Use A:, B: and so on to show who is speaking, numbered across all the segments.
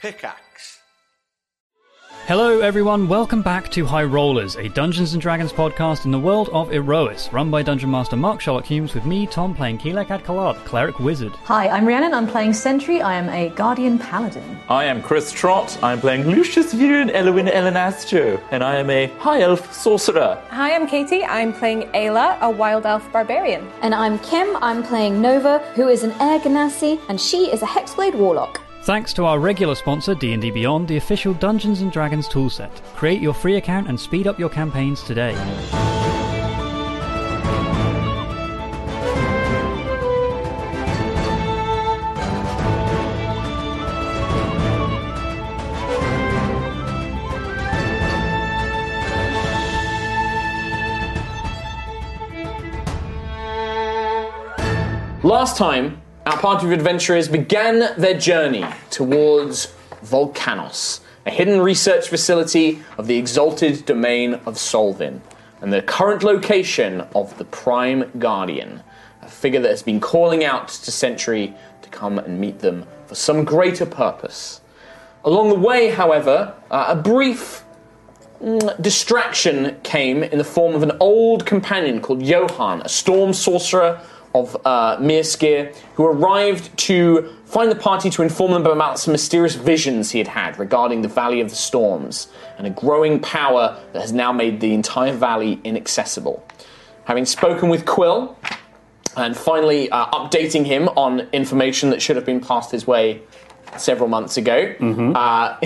A: Pickaxe.
B: Hello, everyone. Welcome back to High Rollers, a Dungeons and Dragons podcast in the world of Erois, run by Dungeon Master Mark Sherlock Humes, with me, Tom, playing Kelek Adkalar, the cleric wizard.
C: Hi, I'm Rhiannon. I'm playing Sentry. I am a Guardian Paladin.
D: I am Chris Trott. I'm playing Lucius Viren Elwin Elenastro, and I am a high elf sorcerer.
E: Hi, I'm Katie. I'm playing Ayla, a wild elf barbarian.
F: And I'm Kim. I'm playing Nova, who is an Air Ganassi, and she is a Hexblade Warlock.
B: Thanks to our regular sponsor, D&D Beyond, the official Dungeons and Dragons toolset. Create your free account and speed up your campaigns today.
G: Last time, our party of adventurers began their journey towards Volcanos, a hidden research facility of the exalted domain of Solvin, and the current location of the Prime Guardian, a figure that has been calling out to Sentry to come and meet them for some greater purpose. Along the way, however, uh, a brief distraction came in the form of an old companion called Johan, a storm sorcerer of uh, Mirskir, who arrived to find the party to inform them about some mysterious visions he had had regarding the Valley of the Storms and a growing power that has now made the entire valley inaccessible. Having spoken with Quill and finally uh, updating him on information that should have been passed his way several months ago. Uh,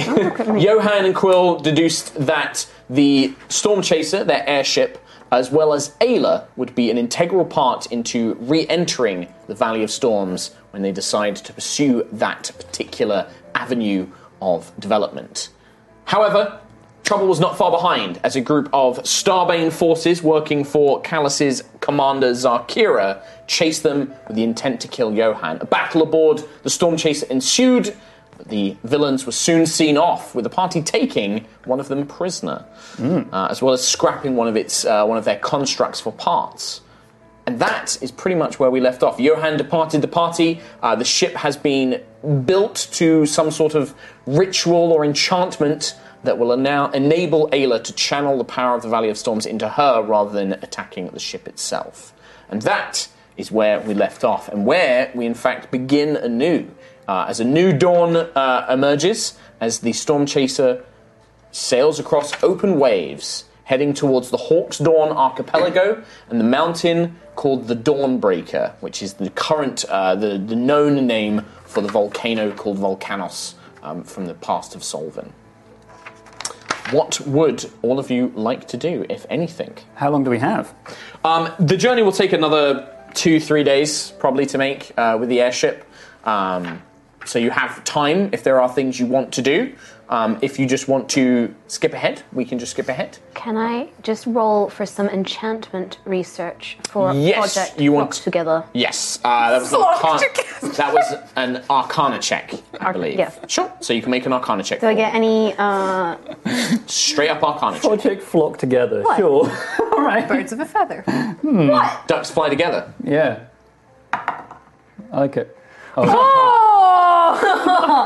G: Johan and Quill deduced that the Storm Chaser, their airship, as well as Ayla, would be an integral part into re entering the Valley of Storms when they decide to pursue that particular avenue of development. However, trouble was not far behind as a group of Starbane forces working for Callus's commander Zarkira chased them with the intent to kill Johan. A battle aboard the Storm Chaser ensued, but the villains were soon seen off, with the party taking one of them prisoner, uh, as well as scrapping one of its uh, one of their constructs for parts. And that is pretty much where we left off. Johan departed the party. Uh, the ship has been built to some sort of ritual or enchantment that will now enable Ayla to channel the power of the Valley of Storms into her rather than attacking the ship itself. And that is where we left off, and where we in fact begin anew. Uh, as a new dawn uh, emerges, as the Storm Chaser sails across open waves, heading towards the Hawk's Dawn archipelago and the mountain called the Dawnbreaker, which is the current, uh, the, the known name for the volcano called Volcanos um, from the past of Solven. What would all of you like to do, if anything?
B: How long do we have?
G: Um, the journey will take another two, three days probably to make uh, with the airship. Um, so you have time if there are things you want to do. Um, if you just want to skip ahead, we can just skip ahead.
H: Can I just roll for some enchantment research for
G: Yes,
H: project
G: you want-
H: Locked together?
G: Yes, uh, that was an
E: Fuck.
G: arcana, that was an Arcana check, I
H: Arc-
G: believe.
H: yes.
G: Sure. So you can make an Arcana check.
H: Do I get any? Uh,
G: Straight up Arcana check.
B: Project Flock Together,
H: What?
B: sure. All right.
E: Birds of a feather.
G: Ducks fly together.
B: Yeah. I like it.
F: Oh!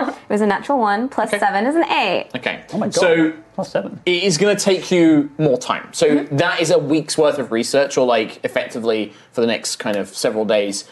F: it was a natural one, plus seven is an eight.
G: Okay.
B: Oh my god.
G: So
B: Plus seven.
G: it is going to take you more time. So that is a week's worth of research, or like effectively for the next kind of several days.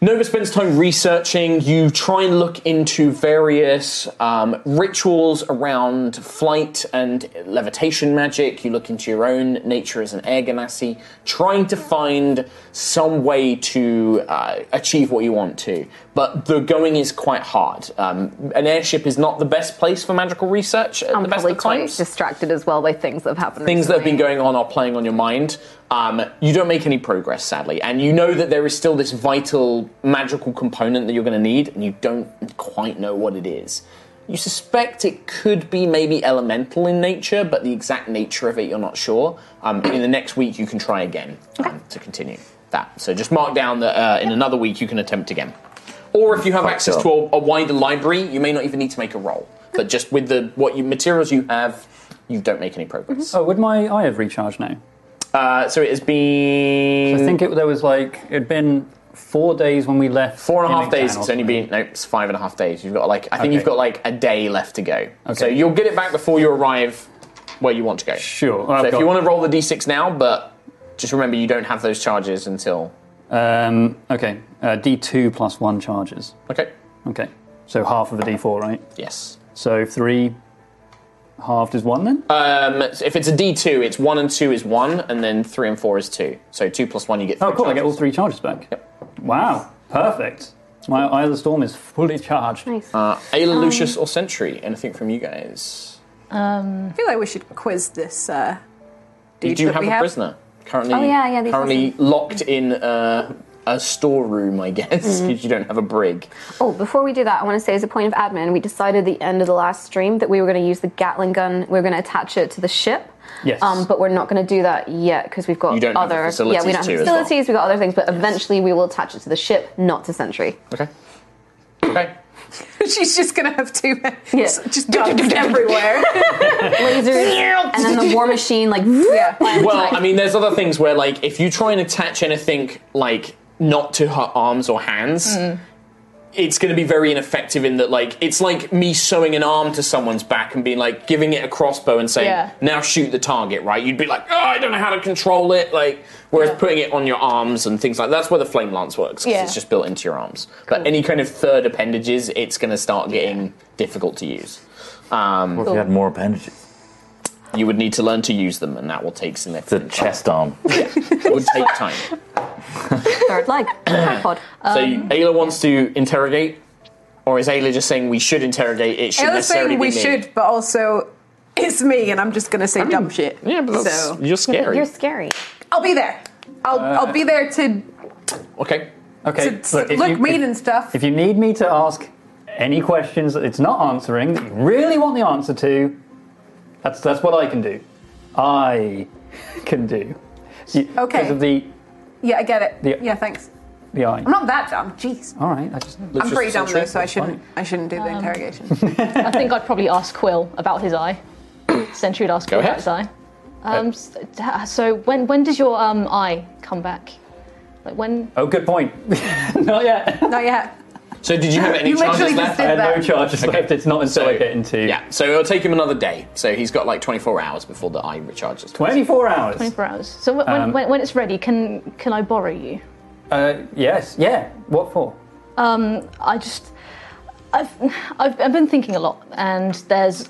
G: Nova spends time researching. You try and look into various um, rituals around flight and levitation magic. You look into your own nature as an air ganassi, trying to find some way to uh, achieve what you want to. But the going is quite hard. Um, an airship is not the best place for magical research at
C: I'm
G: the best
C: probably
G: of
C: quite
G: times
C: distracted as well by things that have happened.
G: things that have been
C: recently.
G: going on are playing on your mind, um, you don't make any progress, sadly. And you know that there is still this vital magical component that you're going to need, and you don't quite know what it is. You suspect it could be maybe elemental in nature, but the exact nature of it you're not sure. Um, in the next week, you can try again um, to continue that. So just mark down that uh, in another week you can attempt again. Or if you have access to a, a wider library, you may not even need to make a roll. But just with the what you, materials you have, you don't make any progress.
B: Oh, would my eye have recharged now?
G: Uh, so it has
B: I
G: been.
B: think it, there was like, it'd been four days when we left.
G: Four and a half
B: in
G: days.
B: McDonald's.
G: It's only been no, it's five and a half days. You've got like I think
B: Okay.
G: you've got like a day left to go. So
B: Okay.
G: you'll get it back before you arrive where you want to go.
B: Sure.
G: So if you want to roll the d6 now, but just remember you don't have those charges until
B: to. Um, okay. Uh, D2 plus one charges.
G: okay.
B: Okay. So half of a D4, right?
G: Yes.
B: So three halved is one then?
G: Um, if it's a d2, it's one and two is one, and then three and four is two. So two plus one, you get.
B: oh,
G: three
B: cool. I get all
G: charges.
B: three charges back. Wow. Perfect. My Eye of the Storm is fully charged.
H: Nice.
G: Uh, Ayla,
B: Um,
G: Lucius, or Sentry? Anything from you guys?
C: Um,
E: I feel like we should quiz this uh, dude
G: You do
E: that
G: have
E: we
G: a
E: have.
G: prisoner currently.
H: Oh, yeah, yeah, these
G: currently
H: are
G: locked in uh, a storeroom, I guess, because
H: Mm-hmm.
G: you don't have a brig.
H: oh, before we do that, I want to say as a point of admin, we decided the end of the last stream that we were going to use the Gatling gun. We were going to attach it to the ship.
B: Yes.
H: Um, but we're not going to do that yet because we've got
G: You don't have
H: other
G: facilities
H: yeah we don't
G: to
H: have
G: as well.
H: facilities we've got other things but eventually we will attach it to the ship not to Sentry
G: Okay. Okay.
E: She's just gonna have two men.
H: Yeah.
E: Just guns everywhere.
H: lasers and then the war machine like
E: Yeah.
G: Well, I mean, there's other things where, like, if you try and attach anything, like, not to her arms or hands, it's going to be very ineffective in that, like, it's like me sewing an arm to someone's back and being like, giving it a crossbow and saying,
E: Yeah.
G: now shoot the target, right? You'd be like, oh, I don't know how to control it. Like, whereas putting it on your arms and things like that's where the flame lance works because
E: Yeah.
G: it's just built into your arms. But any kind of third appendages, it's going to start getting difficult to use. Um,
D: If you had more appendages.
G: you would need to learn to use them, and that will take
D: It's a
G: significant time.
D: chest arm.
G: It would take time.
H: third leg tripod
G: So
E: Um,
G: Ayla wants to interrogate, or is Ayla just saying we should interrogate? It should
E: The other
G: necessarily
E: thing we
G: be me.
E: should, but also it's me, and I'm just gonna say dumb shit.
G: Yeah, but that's,
E: so
G: you're scary.
H: you're scary
E: I'll be there. I'll I'll be there to,
G: okay.
B: Uh, Okay.
E: to s- look
B: you,
E: mean
B: if,
E: and stuff.
B: if you need me to ask any questions that it's not answering that you really want the answer to, that's that's what I can do. I can do. See,
E: Okay.
B: Because of the
E: yeah, I get it.
B: the-
E: yeah, thanks.
B: the eye.
E: I'm not that dumb. Jeez.
B: All right. I just.
E: I'm pretty dumb though,
G: concentrate,
E: so I
G: that's
E: shouldn't. I shouldn't do the
G: Um.
E: interrogation.
A: I think I'd probably ask Quill about his eye. Sentry would ask
G: Go
A: Quill
G: ahead. Uh,
A: about his eye. Um, so, so when when does your um, eye come back? Like when?
B: Oh, good point. not yet.
E: Not yet.
G: So did you have any
E: You literally
G: charges
E: just
G: left?
E: did
B: I had
E: that.
B: no charges
G: Okay.
B: left. It's not until
G: So-
B: I get into
G: Yeah. So it'll take him another day. So he's got like 24 hours before the eye recharges.
B: 24 hours.
A: Twenty-four hours. So when, when-
B: Um,
A: when, when it's ready, can can I borrow you?
B: Uh, yes. Yeah. What for?
A: Um, I just I've, I've I've been thinking a lot, and there's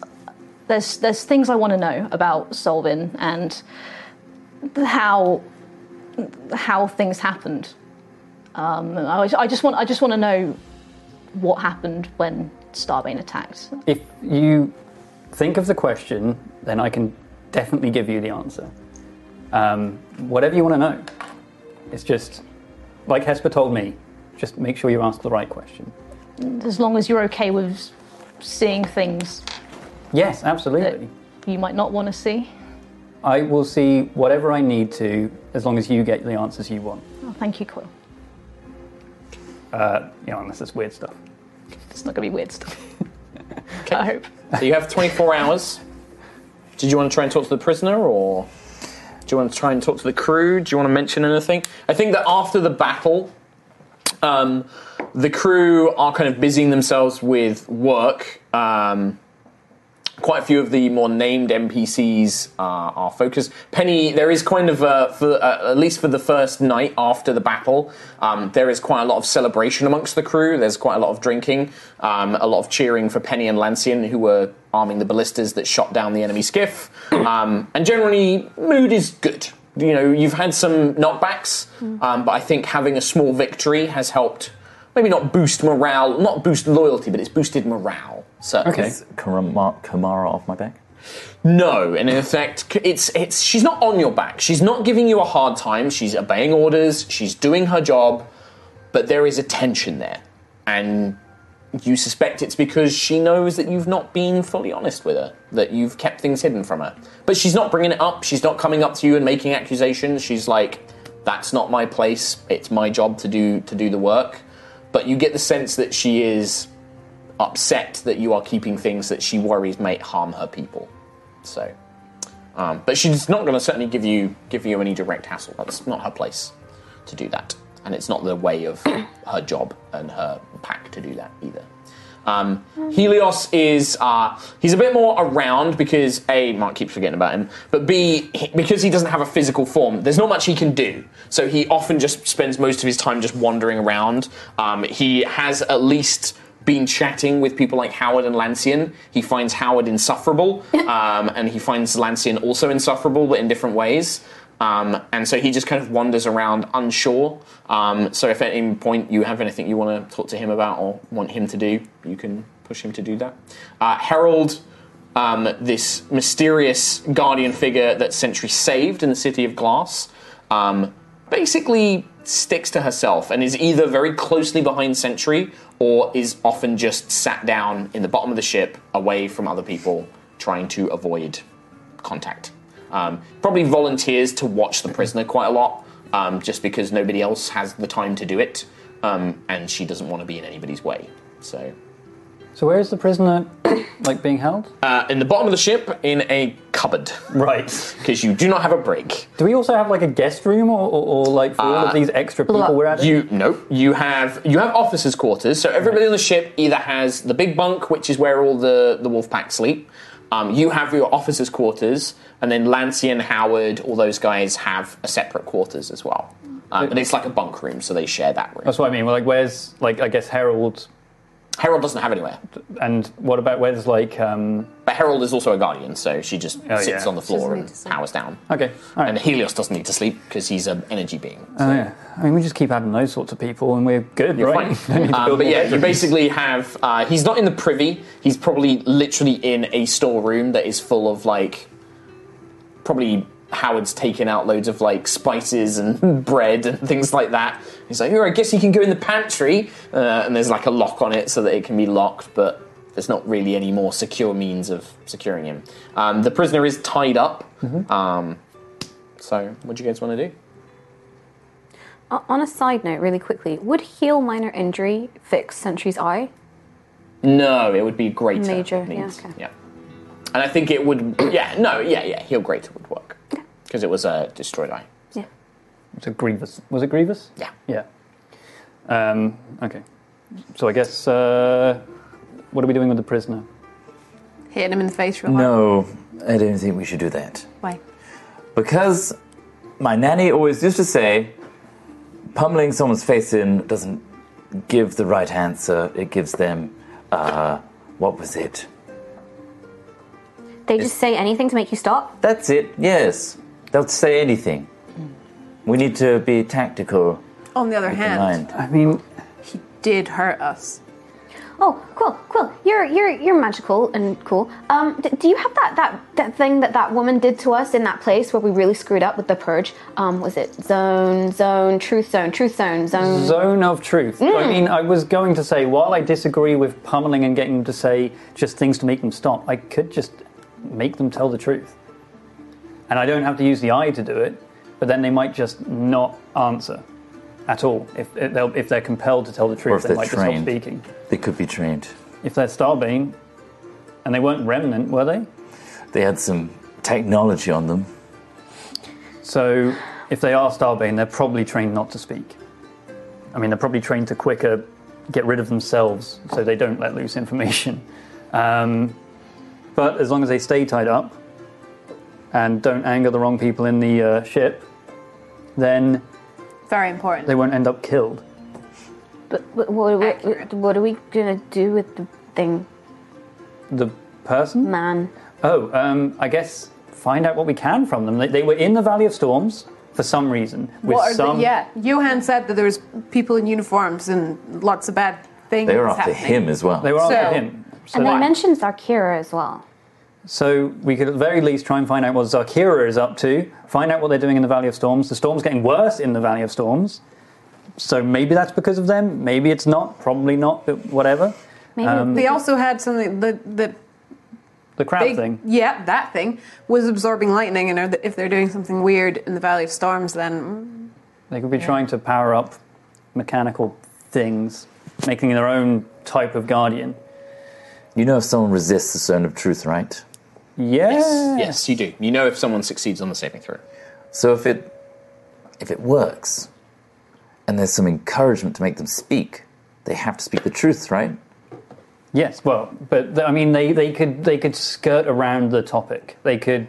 A: there's there's things I want to know about Solvin and how how things happened. Um, I, was- I just want I just want to know what happened when Starbane attacked.
B: If you think of the question, then I can definitely give you the answer. Um, whatever you want to know. It's just, like Hesper told me, just make sure you ask the right question.
A: As long as you're okay with seeing things
B: Yes, absolutely.
A: you might not want to see.
B: I will see whatever I need to as long as you get the answers you want.
A: Oh, thank you, Quill.
B: You know, unless it's weird stuff.
A: It's not gonna be weird stuff. I hope.
G: So you have 24 hours. Did you want to try and talk to the prisoner, or do you want to try and talk to the crew? Do you want to mention anything? I think that after the battle, um, the crew are kind of busying themselves with work. Um, quite a few of the more named NPCs uh, are focused. Penny, there is kind of, uh, for, uh, at least for the first night after the battle, um, there is quite a lot of celebration amongst the crew. There's quite a lot of drinking, um, a lot of cheering for Penny and Lancian, who were arming the ballistas that shot down the enemy skiff. Um, and generally, mood is good. You know, you've had some knockbacks, um, but I think having a small victory has helped. Maybe not boost morale, not boost loyalty, but it's boosted morale. Certainly.
B: Okay.
D: Is Kamara, Kamara off my back?
G: No, and in fact, c- it's it's she's not on your back. She's not giving you a hard time. She's obeying orders. She's doing her job, but there is a tension there, and you suspect it's because she knows that you've not been fully honest with her, that you've kept things hidden from her. But she's not bringing it up. She's not coming up to you and making accusations. She's like, "That's not my place. It's my job to do to do the work." But you get the sense that she is upset that you are keeping things that she worries might harm her people. So, um, but she's not going to certainly give you give you any direct hassle. That's not her place to do that. and it's not the way of her job and her pack to do that either. Um, Helios is uh, he's a bit more around because a Mark keeps forgetting about him, but b he- because he doesn't have a physical form, there's not much he can do. So he often just spends most of his time just wandering around. Um, he has at least been chatting with people like Howard and Lancian. He finds Howard insufferable, um, and he finds Lancian also insufferable, but in different ways. Um, and so he just kind of wanders around unsure. Um, so if at any point you have anything you want to talk to him about or want him to do, you can push him to do that. Uh, Harold, um, this mysterious guardian figure that Sentry saved in the City of Glass, um, basically sticks to herself and is either very closely behind Sentry or is often just sat down in the bottom of the ship away from other people trying to avoid contact. Um, probably volunteers to watch the prisoner quite a lot, um, just because nobody else has the time to do it, um, and she doesn't want to be in anybody's way. So,
B: So where is the prisoner, like, being held?
G: uh, in the bottom of the ship, in a cupboard,
B: right.
G: because you do not have a break.
B: Do we also have like a guest room, or, or, or like for all of these extra people we're adding?
G: Uh, You no, you have you have officers' quarters. So everybody on the ship either has the big bunk, which is where all the the wolf pack sleep. Um, you have your officers' quarters, and then Lancey and Howard, all those guys have a separate quarters as well. Um, and it's like a bunk room, so they share that room.
B: That's what I mean. Well, like, where's like I guess Harold,
G: Harold doesn't have anywhere,
B: and what about where's like um
G: but Harold is also a guardian, so she just
B: Oh,
G: sits
B: yeah.
G: on the
B: She
G: floor
H: need
G: and
H: to sleep.
G: powers down.
B: okay, all right.
G: And Helios doesn't need to sleep because he's an energy being.
B: Oh, yeah. I mean, we just keep adding those sorts of people, and we're good,
G: You're
B: right?
G: fine.
B: Don't need to
G: Um,
B: build
G: but
B: more
G: yeah, you
B: bedrooms.
G: basically have. Uh, he's not in the privy. He's probably literally in a storeroom that is full of like. Probably Howard's taken out loads of like spices and bread and things like that. He's like, oh, I guess you can go in the pantry, uh, and there's like a lock on it so that it can be locked, but there's not really any more secure means of securing him. Um, the prisoner is tied up.
B: Mm-hmm.
G: Um, so, what do you guys want to do?
H: O- On a side note, really quickly, would heal minor injury fix Sentry's eye?
G: No, it would be greater.
H: Major, yeah,
G: needs.
H: okay.
G: And I think it would. Yeah, no, yeah, yeah. Heal greater would work because it was a destroyed eye.
H: Yeah.
B: It's a grievous. Was it grievous?
G: Yeah.
B: Yeah. Um, okay. So I guess uh, what are we doing with the prisoner?
I: Hitting him in the face real hard.
J: No, I don't think we should do that.
I: Why?
J: Because my nanny always used to say, pummeling someone's face in doesn't give the right answer. It gives them, uh, what was it?
H: They just say anything to make you stop?
J: That's it, yes. They'll say anything. We need to be tactical
I: On the other
J: with
I: hand,
J: the mind.
B: I mean,
I: did hurt us.
H: Oh, cool, cool. You're you're you're magical and cool. Um, d- do you have that, that that thing that that woman did to us in that place where we really screwed up with the purge? Um, was it zone, zone, truth zone, truth zone, zone?
B: zone of truth. I mean, I was going to say while I disagree with pummeling and getting them to say just things to make them stop, I could just make them tell the truth, and I don't have to use the eye to do it. But then they might just not answer at all if if, they'll, if they're compelled to tell the truth.
J: Or if
B: they
J: they're
B: might just
J: trained.
B: stop speaking.
J: They could be trained.
B: If they're Starbane, and they weren't Remnant, were they?
J: They had some technology on them.
B: So if they are Starbane, they're probably trained not to speak. I mean, they're probably trained to quicker get rid of themselves so they don't let loose information. Um, but as long as they stay tied up and don't anger the wrong people in the uh, ship, then
I: Very important.
B: they won't end up killed.
H: But what, what,
I: Accurate.
H: what, what are we gonna do with the thing,
B: The person?
I: Mm.
H: man?
B: Oh, um, I guess find out what we can from them. They, they were in the Valley of Storms for some reason. With
I: What are
B: some
I: the, yeah, Johan said that there was people in uniforms and lots of bad things.
J: They were after
I: happening.
J: him as well.
B: They were
I: So-
B: after him. So,
H: And they mentioned Zarkira as well.
B: so we could at the very least try and find out what Zarkira is up to, find out what they're doing in the Valley of Storms. The storm's getting worse in the Valley of Storms. So maybe that's because of them. Maybe it's not. Probably not, but whatever.
H: Maybe
I: They also had something. The the
B: The crab
I: big
B: thing.
I: yeah, that thing was absorbing lightning, and are th- if they're doing something weird in the Valley of Storms, then
B: They could be trying to power up mechanical things, making their own type of guardian.
J: You know if someone resists the zone of truth, right?
B: Yeah.
G: Yes, you do. You know if someone succeeds on the saving throw.
J: So if it if it works, and there's some encouragement to make them speak, they have to speak the truth, right?
B: Yes, well, but th- I mean, they, they could they could skirt around the topic. They could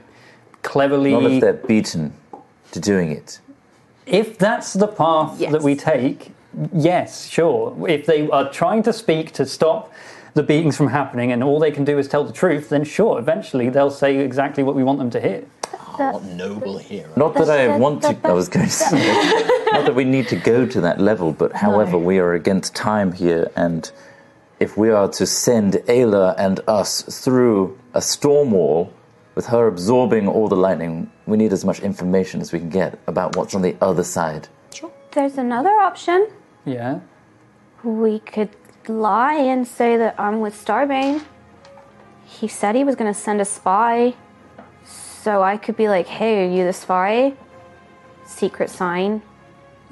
B: cleverly.
J: Not if they're beaten to doing it.
B: If that's the path that we take, yes, sure. If they are trying to speak to stop the beatings from happening, and all they can do is tell the truth, then sure, eventually they'll say exactly what we want them to hear.
J: What noble hero! Not that I want to. I was going to say. not that we need to go to that level, but however, we are against time here, and if we are to send Ayla and us through a storm wall, with her absorbing all the lightning, we need as much information as we can get about what's on the other side.
H: There's another option.
B: Yeah.
H: We could lie and say that I'm with Starbane. He said he was gonna send a spy. So I could be like, hey, are you the spy? Secret sign.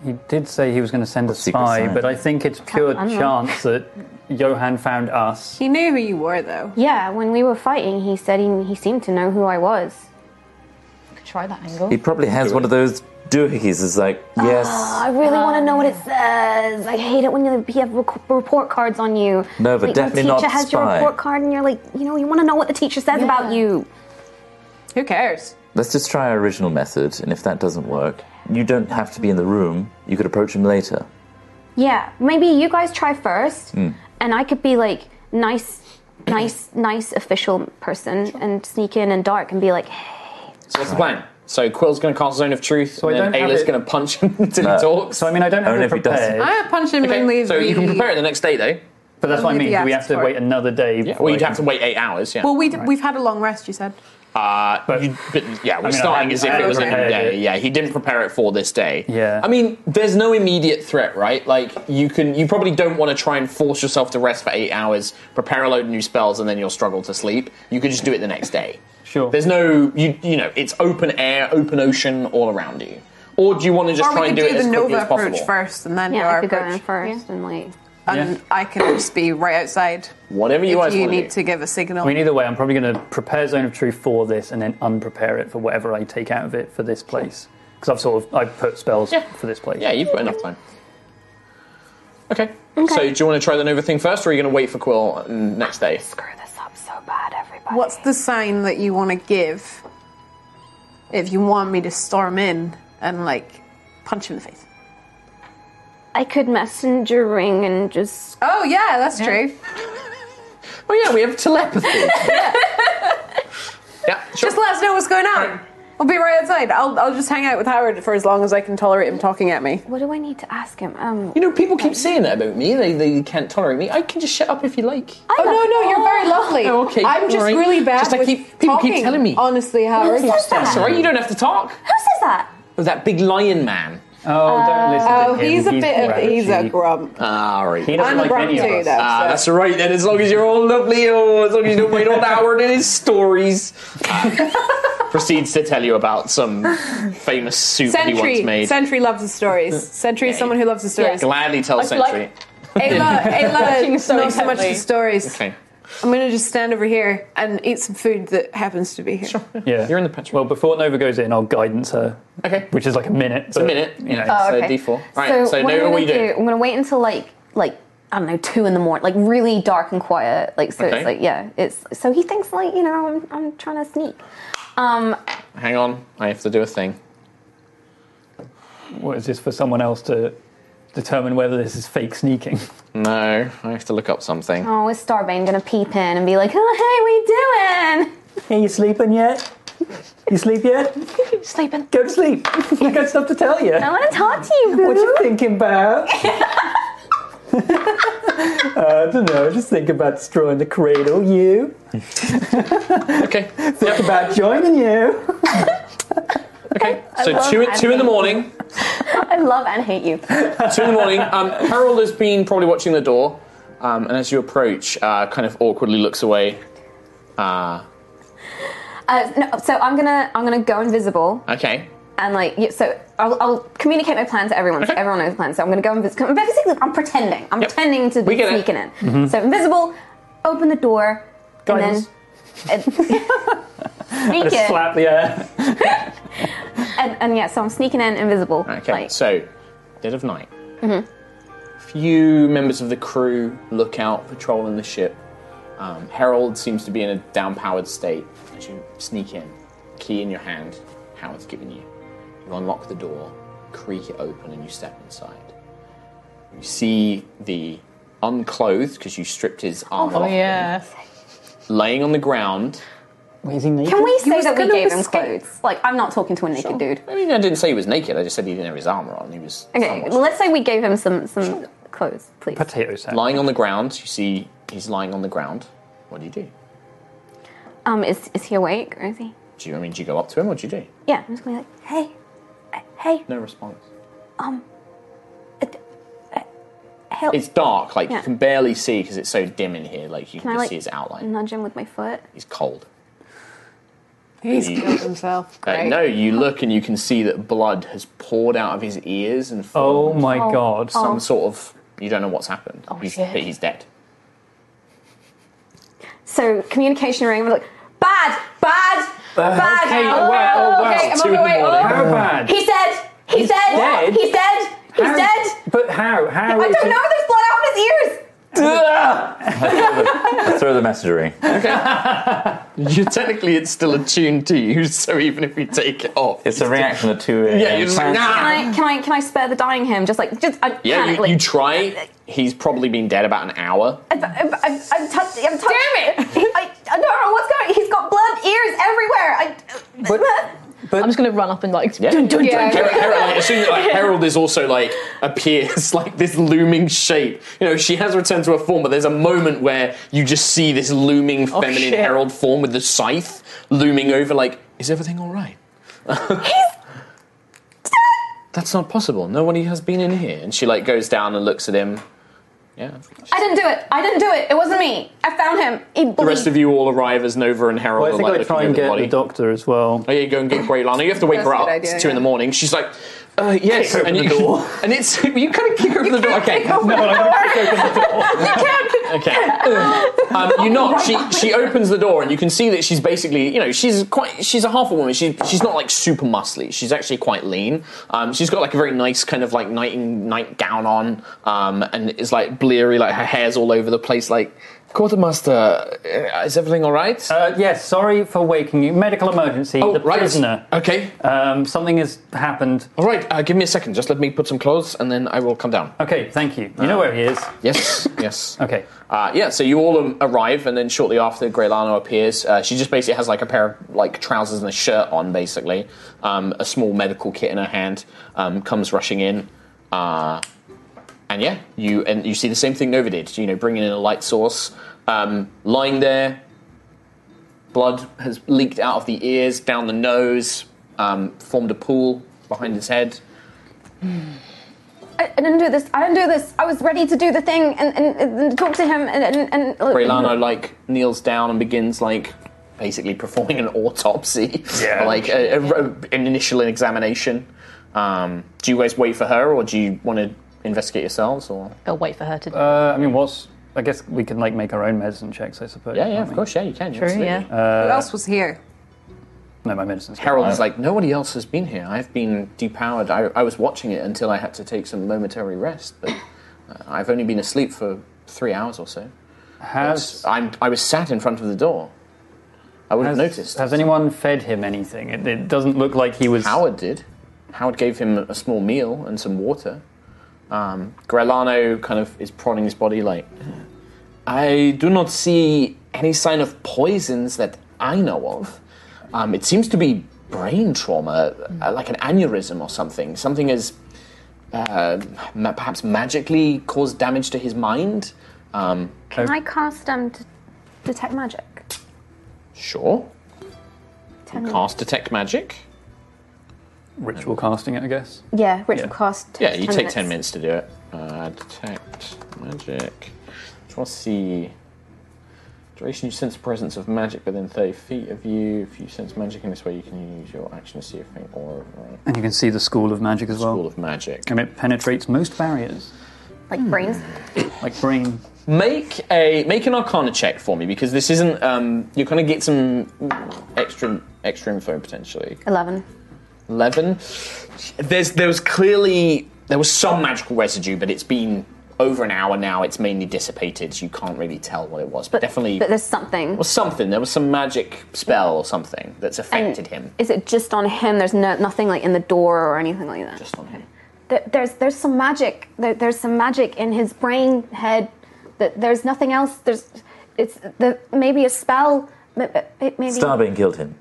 B: He did say he was going to send a
J: secret
B: spy,
J: sign?
B: but I think it's pure
H: I don't know.
B: chance that Johan found us.
H: He knew who you were, though. Yeah, when we were fighting, he said he, he seemed to know who I was.
A: Could try that angle.
J: He probably has one of those doohickeys. Is like, yes,
H: Oh, I really want to know what it says. I hate it when you you have rec- report cards on you.
J: No, but
H: Like, your
J: definitely
H: teacher
J: not
H: has your
J: spy.
H: report card, and you're like, you know, you want to know what the teacher says about you.
I: Who cares?
J: let's just try our original method, and if that doesn't work, you don't have to be in the room. You could approach him later.
H: Yeah, maybe you guys try first,
J: Hmm.
H: and I could be like nice, nice, nice official person, and sneak in and dark and be like,
G: So what's the plan? So Quill's going to cast Zone of Truth, and
H: don't
G: then
H: have
G: Ayla's
H: it-
G: going to punch him until
J: No.
G: he talks. So
B: I mean, I don't have
G: know
B: it prepared.
I: I would punch him mainly.
G: So you can prepare it the next day, though.
B: But that's what I
I: Only the
B: mean. Do we have
I: asked
B: to
I: for
B: wait
I: it.
B: another day?
G: Yeah. Well, you'd have to wait eight hours. Yeah.
I: Well, we d- we've had a long rest. You said.
G: Uh, but, but yeah, we're
B: mean, I
G: starting
B: hadn't-
G: as if
B: I
G: it was a
B: hadn't
G: new
B: prepared
G: day. Yeah, he didn't prepare it for this day.
B: Yeah.
G: I mean, there's no immediate threat, right? Like you can, you probably don't want to try and force yourself to rest for eight hours, prepare a load of new spells, and then you'll struggle to sleep. You could just do it the next day.
B: Sure.
G: There's no, you you know, it's open air, open ocean all around you. Or do you want to just
I: or
G: try
I: we
G: and
I: could
G: do,
I: do,
G: it as
I: the
G: quickly
I: Nova
G: as possible?
I: approach first, and then do
H: yeah,
I: our
H: I could go
I: approach.
H: in first and like.
I: and I can just be right outside.
G: Whatever you
I: if
G: guys
I: you
G: wanna
I: need
G: do.
I: to give a signal.
B: I mean, either way, I'm probably going to prepare Zone of Truth for this and then unprepare it for whatever I take out of it for this place. Because I've sort of I've put spells for this place.
G: Yeah, you've got enough time. Okay. So do you want to try the Nova thing first, or are you going to wait for Quill mm, next day?
I: What's the sign that you want to give if you want me to storm in and like punch him in the face?
H: I could messenger ring and just.
I: Oh yeah, that's true.
G: Oh yeah, we have telepathy. yeah, sure.
I: Just let us know what's going on. We'll be right outside. I'll, I'll just hang out with Howard for as long as I can tolerate him talking at me.
H: What do I need to ask him? Um,
G: You know, people keep saying that about me. They, they can't tolerate me. I can just shut up if you like.
I: Oh
H: no, no,
I: you're very
H: lovely.
G: Oh, okay.
H: I'm just
G: alright.
H: really bad
G: Just I
H: with
G: keep, people keep
H: talking,
G: telling me.
I: Honestly,
H: Howard. Who says that?
G: That's all right. You don't have to talk. Who
H: says that?
G: It was Oh, that big lion man.
B: Oh,
G: Uh,
B: don't listen to him.
I: grump.
G: All Ah, right.
B: He doesn't
I: I'm a
B: like
I: grump
B: any of
I: too,
B: us.
I: though,
G: Ah,
I: so-
G: that's all right then. As long as you're all lovely, oh, as long as you don't wait on Howard and his stories. Uh, proceeds to tell you about some famous soup he once
I: Sentry.
G: made.
I: Sentry loves the stories. Sentry is someone who loves the stories.
G: Gladly tell
I: I feel like-
G: Sentry.
I: Ayla, Ayla,
C: Watching so
I: not so much the
C: intently.
I: stories.
G: Okay.
I: I'm gonna just stand over here and eat some food that happens to be here. Sure.
B: Yeah. You're in the picture. Well, before Nova goes in, I'll guidance her.
G: Okay.
B: Which is like a minute. It's
G: a minute.
B: You know,
G: Uh.
H: Oh, okay.
G: D4.
H: so, what I'm gonna do, I'm gonna wait until like like I don't know two in the morning, like really dark and quiet, like so
G: Okay.
H: it's like yeah, it's so he thinks like you know I'm, I'm trying to sneak. Um,
G: Hang on, I have to do a thing.
B: What is this for someone else to determine whether this is fake sneaking?
G: No, I have to look up something.
H: oh, is Starbane gonna peep in and be like, oh hey, we doing?
B: Hey, you sleeping yet? You sleep yet?
H: Sleeping.
B: Go to sleep. I got stuff to tell you.
H: I want to talk to you. Boo.
B: What you thinking about? Uh, I don't know. Just think about destroying the cradle, you.
G: Okay.
B: Think about joining you.
G: Okay.
H: I
G: So
H: love
G: two in, two in the
H: admin.
G: morning.
H: I love and hate you.
G: Two in the morning. Um, Harold has been probably watching the door, um, and as you approach, uh, kind of awkwardly looks away. Uh,
H: Uh, no, so I'm gonna I'm gonna go invisible.
G: okay.
H: And like, yeah, so I'll, I'll communicate my plan to everyone. So everyone knows the plan. So I'm going to go invisible. Basically, I'm pretending. I'm pretending to
G: We
H: be
G: get it. Mm-hmm.
H: sneaking in. So invisible, open the door,
B: Guidance.
H: and then and sneak
B: Just
H: in.
B: slap the
G: uh,
B: air.
H: And, and yeah, so I'm sneaking in invisible.
G: Okay.
H: Like,
G: So, dead of night.
H: Mm-hmm.
G: Few members of the crew look out, patrolling the ship. Um, Harold seems to be in a downpowered state as you sneak in. Key in your hand, Howard's given you. You unlock the door, creak it open, and you step inside. You see the unclothed, because you stripped his
H: Oh,
G: armor
A: Oh,
G: off,
C: yeah.
G: laying on the ground.
B: Wait, is he naked?
H: Can we say
G: was
H: that we
G: gonna
H: gave him
G: escape.
H: clothes? Like, I'm not talking to a naked dude.
G: I mean, I didn't say he was naked. I just said he didn't have his armor on. He was
H: Okay, well, let's say we gave him some some clothes, please.
B: potato sack.
G: Lying on the ground, you see he's lying on the ground. What do you do?
H: Um, is is he awake or is he?
G: Do you? I mean, do you go up to him? What do you do?
H: Yeah, I'm just gonna be like, hey, uh, hey,
G: No response.
H: um, uh, uh, help.
G: It's dark. Like
H: Yeah.
G: you can barely see because it's so dim in here. Like you can,
H: Can
G: just
H: I like Mm.
G: see his outline.
H: nudge him with my foot?
G: He's cold.
I: He's
G: He-
I: killed himself.
G: Uh,
I: Great.
G: no, you look and you can see that blood has poured out of his ears and. formed
B: my Oh, God.
G: Some
B: oh.
G: sort of. You don't know what's happened. he's,
H: Oh, shit.
G: But he's dead.
H: So communication ring. I'm like, bad, bad,
G: Bad.
H: bad.
G: Okay,
H: oh,
G: well,
H: oh,
G: well,
H: okay, I'm
G: two
H: on
G: in
H: my
G: the
H: way.
G: morning.
H: Oh,
B: How bad?
H: He's dead. He's, dead.
B: dead?
H: He's dead. He's
B: How-
H: dead.
B: But how? How?
H: I
B: is
H: don't
B: it-
H: know. There's blood out of his ears.
J: I throw the messagery.
G: You technically, it's still attuned to you, so even if we take it off,
J: It's a reaction of two.
G: Yeah, you're just like, nah.
H: Can I, can I can I spare the dying him? Just like just I
G: Yeah,
H: panic,
G: you,
H: like,
G: you try. He's probably been dead about an hour.
H: I've, I've, I've, I've touched. I've touched. Damn it! I, I don't know what's going. He's got blood ears everywhere. I,
A: I'm just gonna run up and like.
G: Yeah.
A: Dun, dun, dun,
G: Her-
A: dun.
G: Her- like, as soon as, like, Harold is also like appears like this looming shape. You know, she has returned to her form, but there's a moment where you just see this looming
A: Oh,
G: feminine
A: shit.
G: Harold form with the scythe looming over. Like, is everything all right? That's not possible. Nobody has been in here. And she like goes down and looks at him. Yeah.
H: I didn't do it. I didn't do it. It wasn't me. I found him. He
G: The rest of you all arrive as Nova and Harold
B: Well, I
G: are
B: think
G: like
B: I try
G: looking
B: and
G: over the
B: get
G: body.
B: the doctor as well.
G: Oh yeah, go and get Lana. You have to wake
I: That's
G: her
I: a
G: up.
I: good idea,
G: it's two in
I: yeah.
G: the morning. She's like, uh, yes,
B: Kick open
G: and
B: the
G: you-
B: door.
G: and it's you kind of kick her open the door. Okay, okay. Um, you knock. She she opens the door, and you can see that she's basically, you know, she's quite, she's a half a woman. She's she's not like super muscly. She's actually quite lean. Um, she's got like a very nice kind of like night nightgown on, um, and it's like bleary. Like her hair's all over the place. Like quartermaster, uh, is everything all right?
B: Uh, yes, sorry for waking you. Medical emergency.
G: Oh,
B: the prisoner.
G: Okay.
B: Um, something has happened.
G: All right, uh, give me a second. Just let me put some clothes, and then I will come down.
B: Okay, thank you.
G: Uh.
B: You know where he is.
G: Yes, yes.
B: Okay.
G: Uh, yeah, so you all um, arrive, and then shortly after, Grelano appears. Uh, she just basically has like a pair of like trousers and a shirt on, basically. Um, a small medical kit in her hand. Um, comes rushing in, uh, and yeah, you and you see the same thing Nova did. You know, bringing in a light source, um, lying there. Blood has leaked out of the ears, down the nose, um, formed a pool behind his head.
H: I, I didn't do this. I didn't do this. I was ready to do the thing and, and, and talk to him and and, and
G: Brelano like kneels down and begins like basically performing an autopsy,
B: Yeah.
G: like a, a- an initial examination. Um, do you guys wait for her, or do you want to investigate yourselves? Or
A: I'll wait for her to.
B: Uh, I mean, what's? I guess we can like make our own medicine checks. I suppose.
G: yeah, yeah,
B: can't
G: of
B: we?
G: course, yeah, you can.
A: True,
G: absolutely.
A: yeah.
I: Who else was here?
B: No, my medicine's. good.
G: Harold Uh, is like, nobody else has been here. I've been depowered. I, I was watching it until I had to take some momentary rest, but uh, I've only been asleep for three hours or so.
B: Has
G: I'm, I was sat in front of the door. I would
B: has,
G: have noticed.
B: has anyone fed him anything? It, it doesn't look like he was.
G: Howard did. Howard gave him a small meal and some water. Um, Grelano kind of is prodding his body like, I do not see any sign of poisons that I know of. Um, it seems to be brain trauma, uh, like an aneurysm or something. Something has uh, ma- perhaps magically caused damage to his mind. Um,
H: Can I cast um to detect magic?
G: sure.
H: Ten
G: Cast detect magic.
B: ritual casting it, I guess.
H: Yeah, ritual
B: Yeah.
H: cast. takes
G: Yeah, you take
H: minutes.
G: 10 minutes to do it. Uh, detect magic. Just want to see. Duration you sense the presence of magic within 30 feet of you. If you sense magic in this way, you can use your action to see if an aura right?
B: And you can see the school of magic as well.
G: School of magic.
B: And it penetrates most barriers,
H: Like brains.
B: like brain.
G: Make a make an arcana check for me because this isn't um you kind of get some extra extra info potentially.
H: Eleven.
G: 11 there's there was clearly There was some magical residue, but it's been over an hour now. It's mainly dissipated, so you can't really tell what it was. But, definitely,
H: But there's something.
G: well, something. There was some magic spell or something that's affected him.
H: Is it just on him? There's no, nothing like in the door or anything like that.
G: Just on him.
H: There, there's there's some magic. There, there's some magic in his brain head. That there's nothing else. There's it's the, maybe a spell. m- m- Maybe
J: Starbane killed him.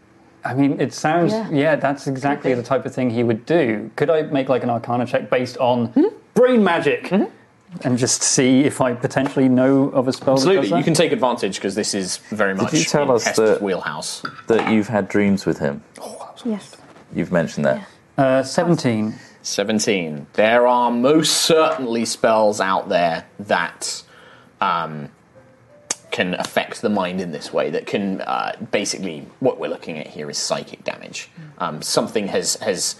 B: I mean, it sounds
H: Yeah.
B: yeah, that's exactly the type of thing he would do. Could I make like an Arcana check based on
G: Mm-hmm.
B: brain magic and just see if I potentially know of a spell? That does
G: Absolutely,
B: that?
G: you can take advantage because this is very much
J: Did you tell
G: in
J: us
G: Hester's
J: that
G: wheelhouse.
J: that you've had dreams with him?
H: Yes.
J: You've mentioned that.
B: Uh, Seventeen.
G: 17. There are most certainly spells out there that um, can affect the mind in this way, that can uh, basically, what we're looking at here is psychic damage. Um, something has, has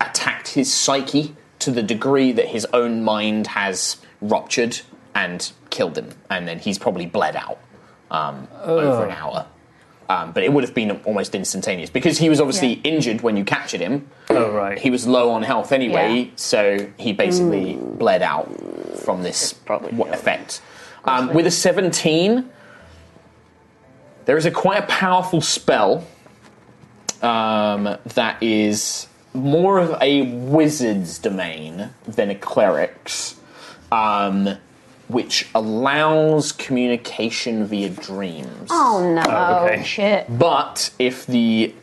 G: attacked his psyche to the degree that his own mind has ruptured and killed him, and then he's probably bled out um, over an hour. Um, but it would have been almost instantaneous because he was obviously injured when you captured him.
B: Oh right.
G: He was low on health anyway,
B: Yeah.
G: so he basically bled out from this wa- effect. Um, with a 17, there is a quite a powerful spell um, that is more of a wizard's domain than a cleric's, um, which allows communication via dreams.
H: Oh no!
B: Ah,
G: Oh, okay.
A: Shit.
G: But if the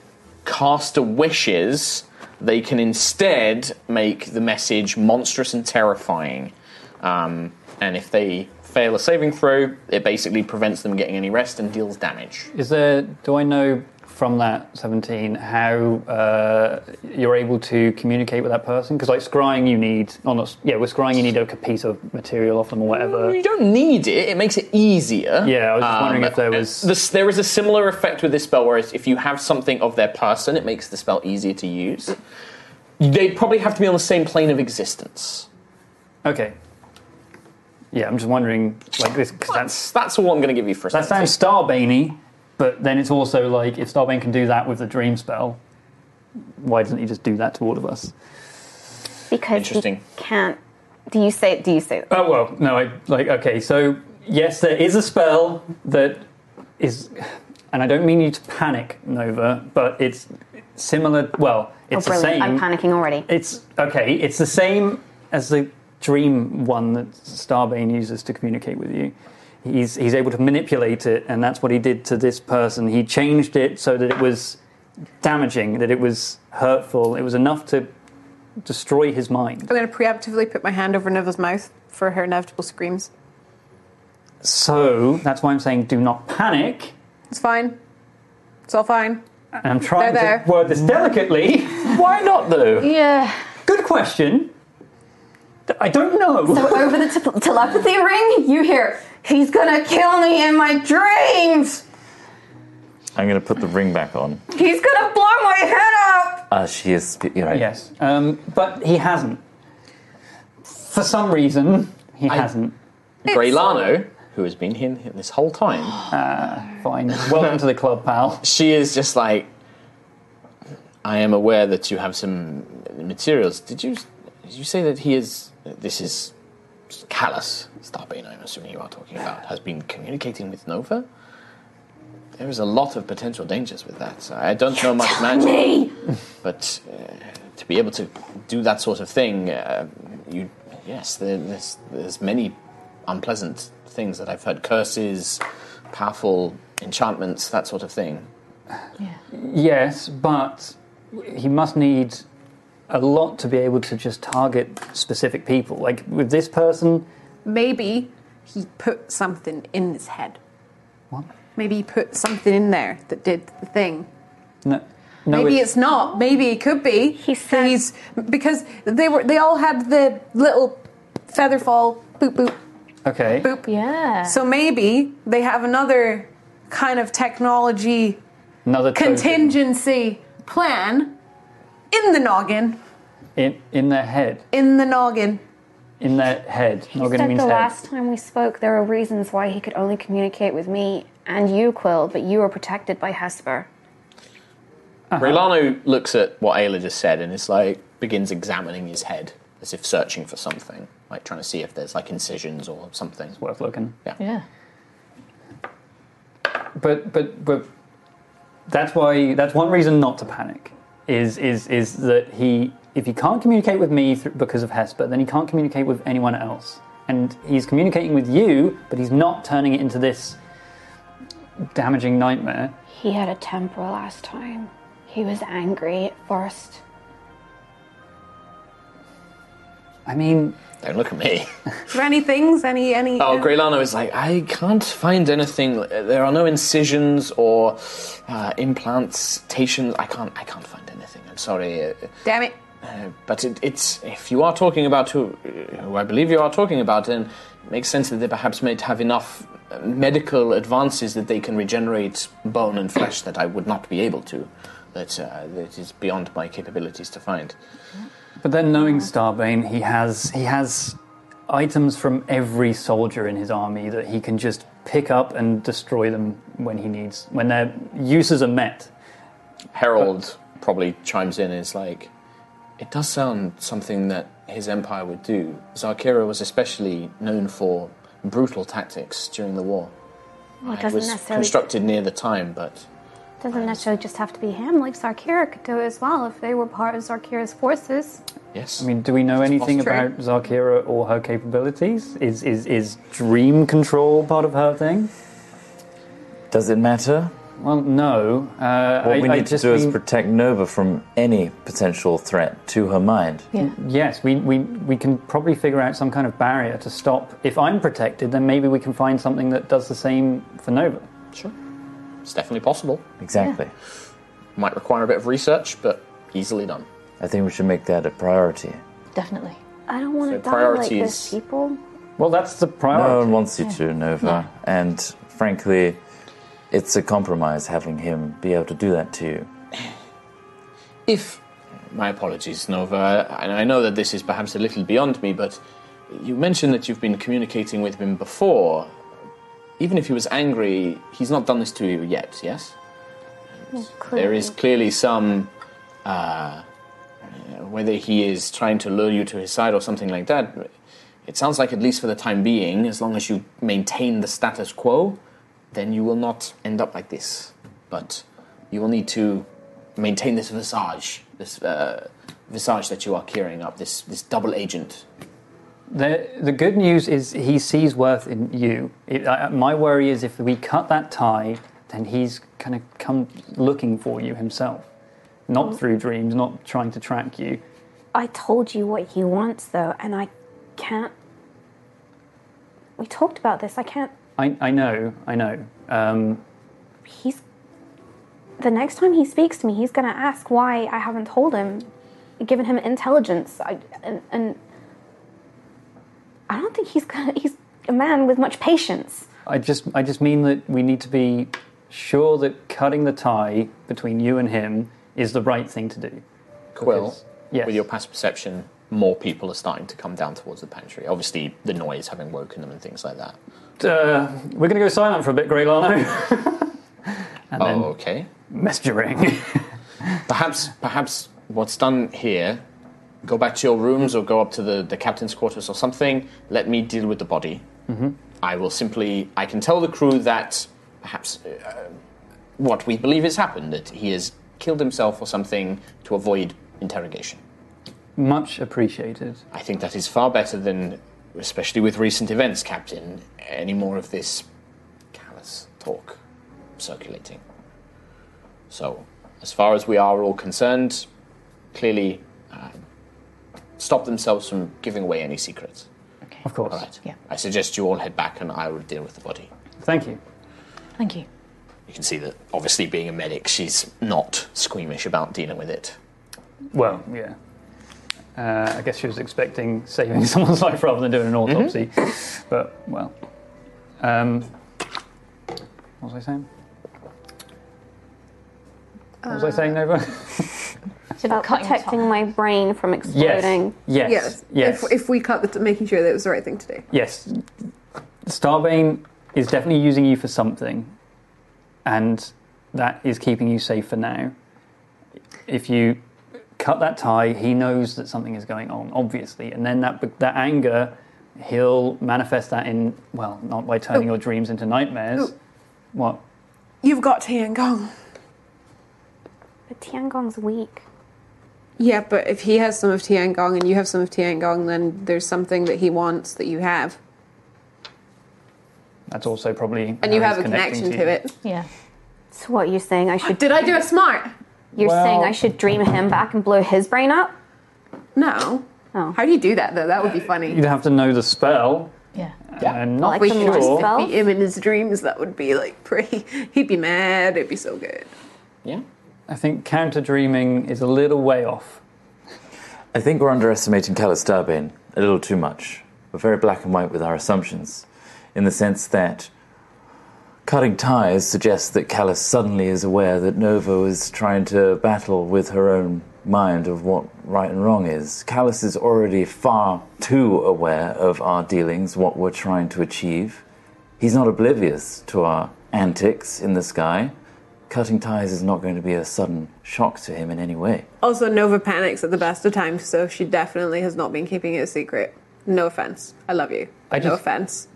G: caster wishes, they can instead make the message monstrous and terrifying. Um, and if they fail a saving throw, it basically prevents them getting any rest and deals damage.
B: Is there? Do I know from that seventeen how uh, you're able to communicate with that person? Because like scrying, you need. Oh, not, s- yeah, with scrying, you need like a piece of material off them or whatever.
G: You don't need it. It makes it easier. Um,
B: Yeah, I was just wondering if there was-
G: This, there is a similar effect with this spell, whereas if you have something of their person, it makes the spell easier to use. They probably have to be on the same plane of existence.
B: Okay. Yeah, I'm just wondering, like this, because
G: that's that's all I'm going to give you for. A
B: that sounds Starbane-y, but then it's also like if Starbane can do that with the dream spell, why doesn't he just do that to all of us?
H: Because
B: Interesting.
H: He can't. Do you say? Do you say?
B: Oh well, no, I like okay. So yes, there is a spell that is, and I don't mean you to panic, Nova, but it's similar. Well, it's
H: oh,
B: the same.
H: brilliant! I'm panicking already.
B: It's okay. It's the same as the dream one that Starbane uses to communicate with you. He's he's able to manipulate it, and that's what he did to this person. He changed it so that it was damaging, that it was hurtful. It was enough to destroy his mind.
I: I'm going to preemptively put my hand over Neva's mouth for her inevitable screams.
B: So that's why I'm saying do not panic.
I: It's fine. It's all fine.
B: And I'm trying
I: They're
B: to word this delicately. why not though?
A: Yeah.
B: Good question. I don't know.
A: So
H: over the te- telepathy ring, you hear, he's gonna kill me in my dreams!
J: I'm going to put the ring back on.
H: He's gonna blow my head up!
J: Ah, she is. sp- You're right.
B: Yes, um, but he hasn't. For some reason, he hasn't.
G: Greylano, who has been here this whole time.
B: Uh, fine. Welcome to the club, pal.
G: She is just like, I am aware that you have some materials. Did you did you say that he is? This is Callus Starbane. I'm assuming you are talking about has been communicating with Nova. There is a lot of potential dangers with that. I don't know much magic,
H: me!
G: but uh, to be able to do that sort of thing, uh, you yes, there, there's there's many unpleasant things that I've heard: curses, powerful enchantments, that sort of thing.
B: Yes, but he must need a lot to be able to just target specific people. Like with this person,
I: Maybe he put something in his head.
B: What?
I: Maybe he put something in there that did the thing.
B: no, no
I: Maybe it's, not. Maybe it could be. He said he's because they were they all had the little feather fall boop boop
B: okay.
I: boop.
A: Yeah.
I: So maybe they have another kind of technology
B: Another token
I: contingency plan in the noggin.
B: in in their head,
I: In the noggin.
B: in their head. Not going to
H: Said
B: mean
H: the
B: head.
H: last time we spoke, there were reasons why he could only communicate with me and you, Quill, but you were protected by Hesper.
G: Rilano looks at what Ayla just said and is like begins examining his head. as if searching for something, like trying to see if there's like incisions or something. It's
B: worth looking.
G: Yeah.
A: Yeah.
B: but but but that's why that's one reason not to panic is is is that he if he can't communicate with me thr because of Hesper, then he can't communicate with anyone else, and he's communicating with you, but he's not turning it into this damaging nightmare.
H: He had a temper last time. He was angry at first.
B: I mean,
G: don't look at me.
I: For any things, any any.
G: Oh, Greylano is like, I can't find anything. There are no incisions or uh, implantations. I can't. I can't find anything. I'm sorry. Uh,
I: Damn it!
G: Uh, but it, it's if you are talking about who, who I believe you are talking about, then it makes sense that they perhaps may have enough uh, medical advances that they can regenerate bone and flesh that I would not be able to. That uh, that is beyond my capabilities to find.
B: But then, knowing Starbane, he has he has items from every soldier in his army that he can just pick up and destroy them when he needs when their uses are met.
G: Harold probably chimes in and is like, it does sound something that his empire would do. Zarkira was especially known for brutal tactics during the war.
H: Well, it
G: it
H: doesn't
G: was
H: necessarily
G: constructed near the time, but
H: doesn't necessarily just have to be him. Like Zarkira could do it as well if they were part of Zarkira's forces.
G: yes.
B: I mean, do we know anything
H: true.
B: about Zarkira or her capabilities? Is is is dream control part of her thing?
J: Does it matter?
B: Well, no. Uh,
J: What
B: I-
J: we
B: I
J: need to
B: just
J: do is
B: mean-
J: protect Nova from any potential threat to her mind.
A: Yeah.
B: Yes, we, we, we can probably figure out some kind of barrier to stop. If I'm protected, then maybe we can find something that does the same for Nova.
G: Sure. It's definitely possible.
J: Exactly.
G: Might require a bit of research, but easily done.
J: I think we should make that a priority.
A: Definitely.
H: I don't want
G: So
H: to die like
J: priorities.
H: this, people.
B: Well, that's the priority.
J: No one wants you to, Nova. And frankly, it's a compromise having him be able to do that to you.
G: If my apologies, Nova, and I know that this is perhaps a little beyond me, but you mentioned that you've been communicating with him before. Even if he was angry, he's not done this to you yet, yes? There is clearly some, uh, whether he is trying to lure you to his side or something like that. It sounds like, at least for the time being, as long as you maintain the status quo, then you will not end up like this. But you will need to maintain this visage, this uh, visage that you are carrying up, this this double agent.
B: The, the good news is he sees worth in you. It, I, I- my worry is if we cut that tie, then he's kind of come looking for you himself. Not through dreams, not trying to track you.
H: I told you what he wants, though, and I can't. We talked about this. I can't.
B: I, I know, I know. Um,
H: He's. The next time he speaks to me, he's going to ask why I haven't told him, given him intelligence. I, and, and I don't think he's gonna. He's a man with much patience.
B: I just, I just mean that we need to be sure that cutting the tie between you and him is the right thing to do.
G: Quill,
B: Because- yes.
G: with your past perception, more people are starting to come down towards the pantry. Obviously, the noise having woken them and things like that.
B: Uh, we're going to go silent for a bit, Grey Lano. and
G: oh,
B: then
G: okay.
B: messaging.
G: Perhaps, perhaps what's done here. Go back to your rooms or go up to the, the captain's quarters or something. Let me deal with the body.
B: Mhm.
G: I will simply. I can tell the crew that perhaps uh, what we believe has happened that he has killed himself or something to avoid interrogation.
B: Much appreciated.
G: I think that is far better than, especially with recent events, Captain, any more of this callous talk circulating. So, as far as we are all concerned, clearly uh, stop themselves from giving away any secrets.
B: Of course.
G: All right. I suggest you all head back and I will deal with the body.
B: Thank you.
A: Thank you.
G: You can see that, obviously, being a medic, she's not squeamish about dealing with it.
B: Well, yeah. Uh, I guess she was expecting saving someone's life rather than doing an
G: Mm-hmm.
B: autopsy. But, well. Um, what was I saying? What was I saying, Nova?
H: It's about protecting my brain from exploding.
B: Yes.
I: Yes.
B: Yes.
I: If, if we cut the t- making sure that it was the right thing to do.
B: yes. Starbane is definitely using you for something, and that is keeping you safe for now. If you cut that tie. He knows that something is going on, obviously, and then that that anger, he'll manifest that in well, not by turning
I: Oh.
B: your dreams into nightmares. What?
I: You've got Tiangong.
H: But Tiangong's weak.
I: Yeah, but if he has some of Tiangong and you have some of Tiangong, then there's something that he wants that you have.
B: That's also probably.
I: And you
B: how
I: have a
B: he's connecting
I: connection to,
B: you.
I: it.
A: Yeah.
H: So what you're saying I should
I: Did I do a smart?
H: You're
I: Well-
H: saying I should dream him back and blow his brain up?
I: No.
H: Oh.
I: How do you do that though? That would be
B: You'd
I: funny.
B: have to know the spell.
A: Yeah.
B: I'm not
I: we should
B: sure.
I: just beat him in his dreams. That would be like pretty. He'd be mad. It'd be so good.
B: I think counter dreaming is a little way off.
J: I think we're underestimating Callus Starbane a little too much. We're very black and white with our assumptions, in the sense that cutting ties suggests that Callus suddenly is aware that Nova is trying to battle with her own mind of what right and wrong is. Callus is already far too aware of our dealings, what we're trying to achieve. He's not oblivious to our antics in the sky. Cutting ties is not going to be a sudden shock to him in any way.
I: Also, Nova panics at the best of times, so she definitely has not been keeping it a secret. No offense. I love you.
B: I
I: no
B: just-
I: offense.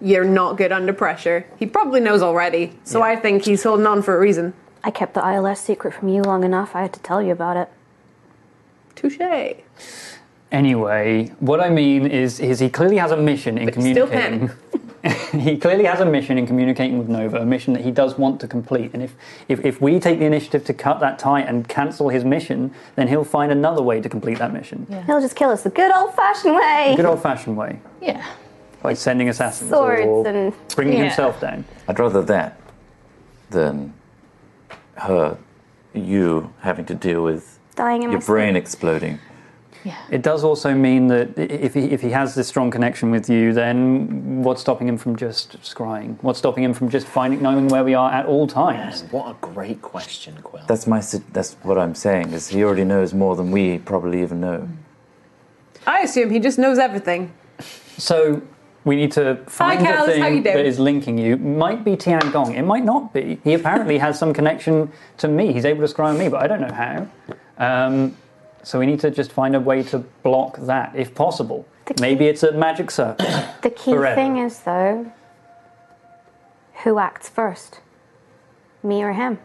I: You're not good under pressure. He probably knows already, so I think he's holding on for a reason.
H: I kept the ILS secret from you long enough. I had to tell you about it.
I: Touche.
B: Anyway, what I mean is, is he clearly has a mission in
I: still
B: communicating. he clearly has a mission in communicating with Nova, a mission that he does want to complete. And if, if, if we take the initiative to cut that tie and cancel his mission, then he'll find another way to complete that mission.
H: He'll just kill us the good old fashioned way.
B: Good old fashioned way,
A: Yeah.
B: like sending assassins
H: Swords
B: or
H: and
B: bringing
A: Yeah.
B: himself down.
J: I'd rather that than her, you having to deal with
H: dying in
J: your
H: my
J: brain exploding.
B: It does also mean that i- if he, if he has this strong connection with you, then what's stopping him from just scrying? What's stopping him from just finding knowing where we are at all times?
G: What a great question, Quill.
J: That's my. su- That's what I'm saying. Is he already knows more than we probably even know.
I: I assume he just knows everything.
B: So we need to find
I: Cal,
B: the
I: how
B: thing
I: you doing?
B: that is linking you. Might be Tian Gong. It might not be. He apparently has some connection to me. He's able to scry on me, but I don't know how. Um, so we need to just find a way to block that, if possible. Maybe it's a magic circle.
H: The key
B: Forever.
H: thing is, though, who acts first? Me or him?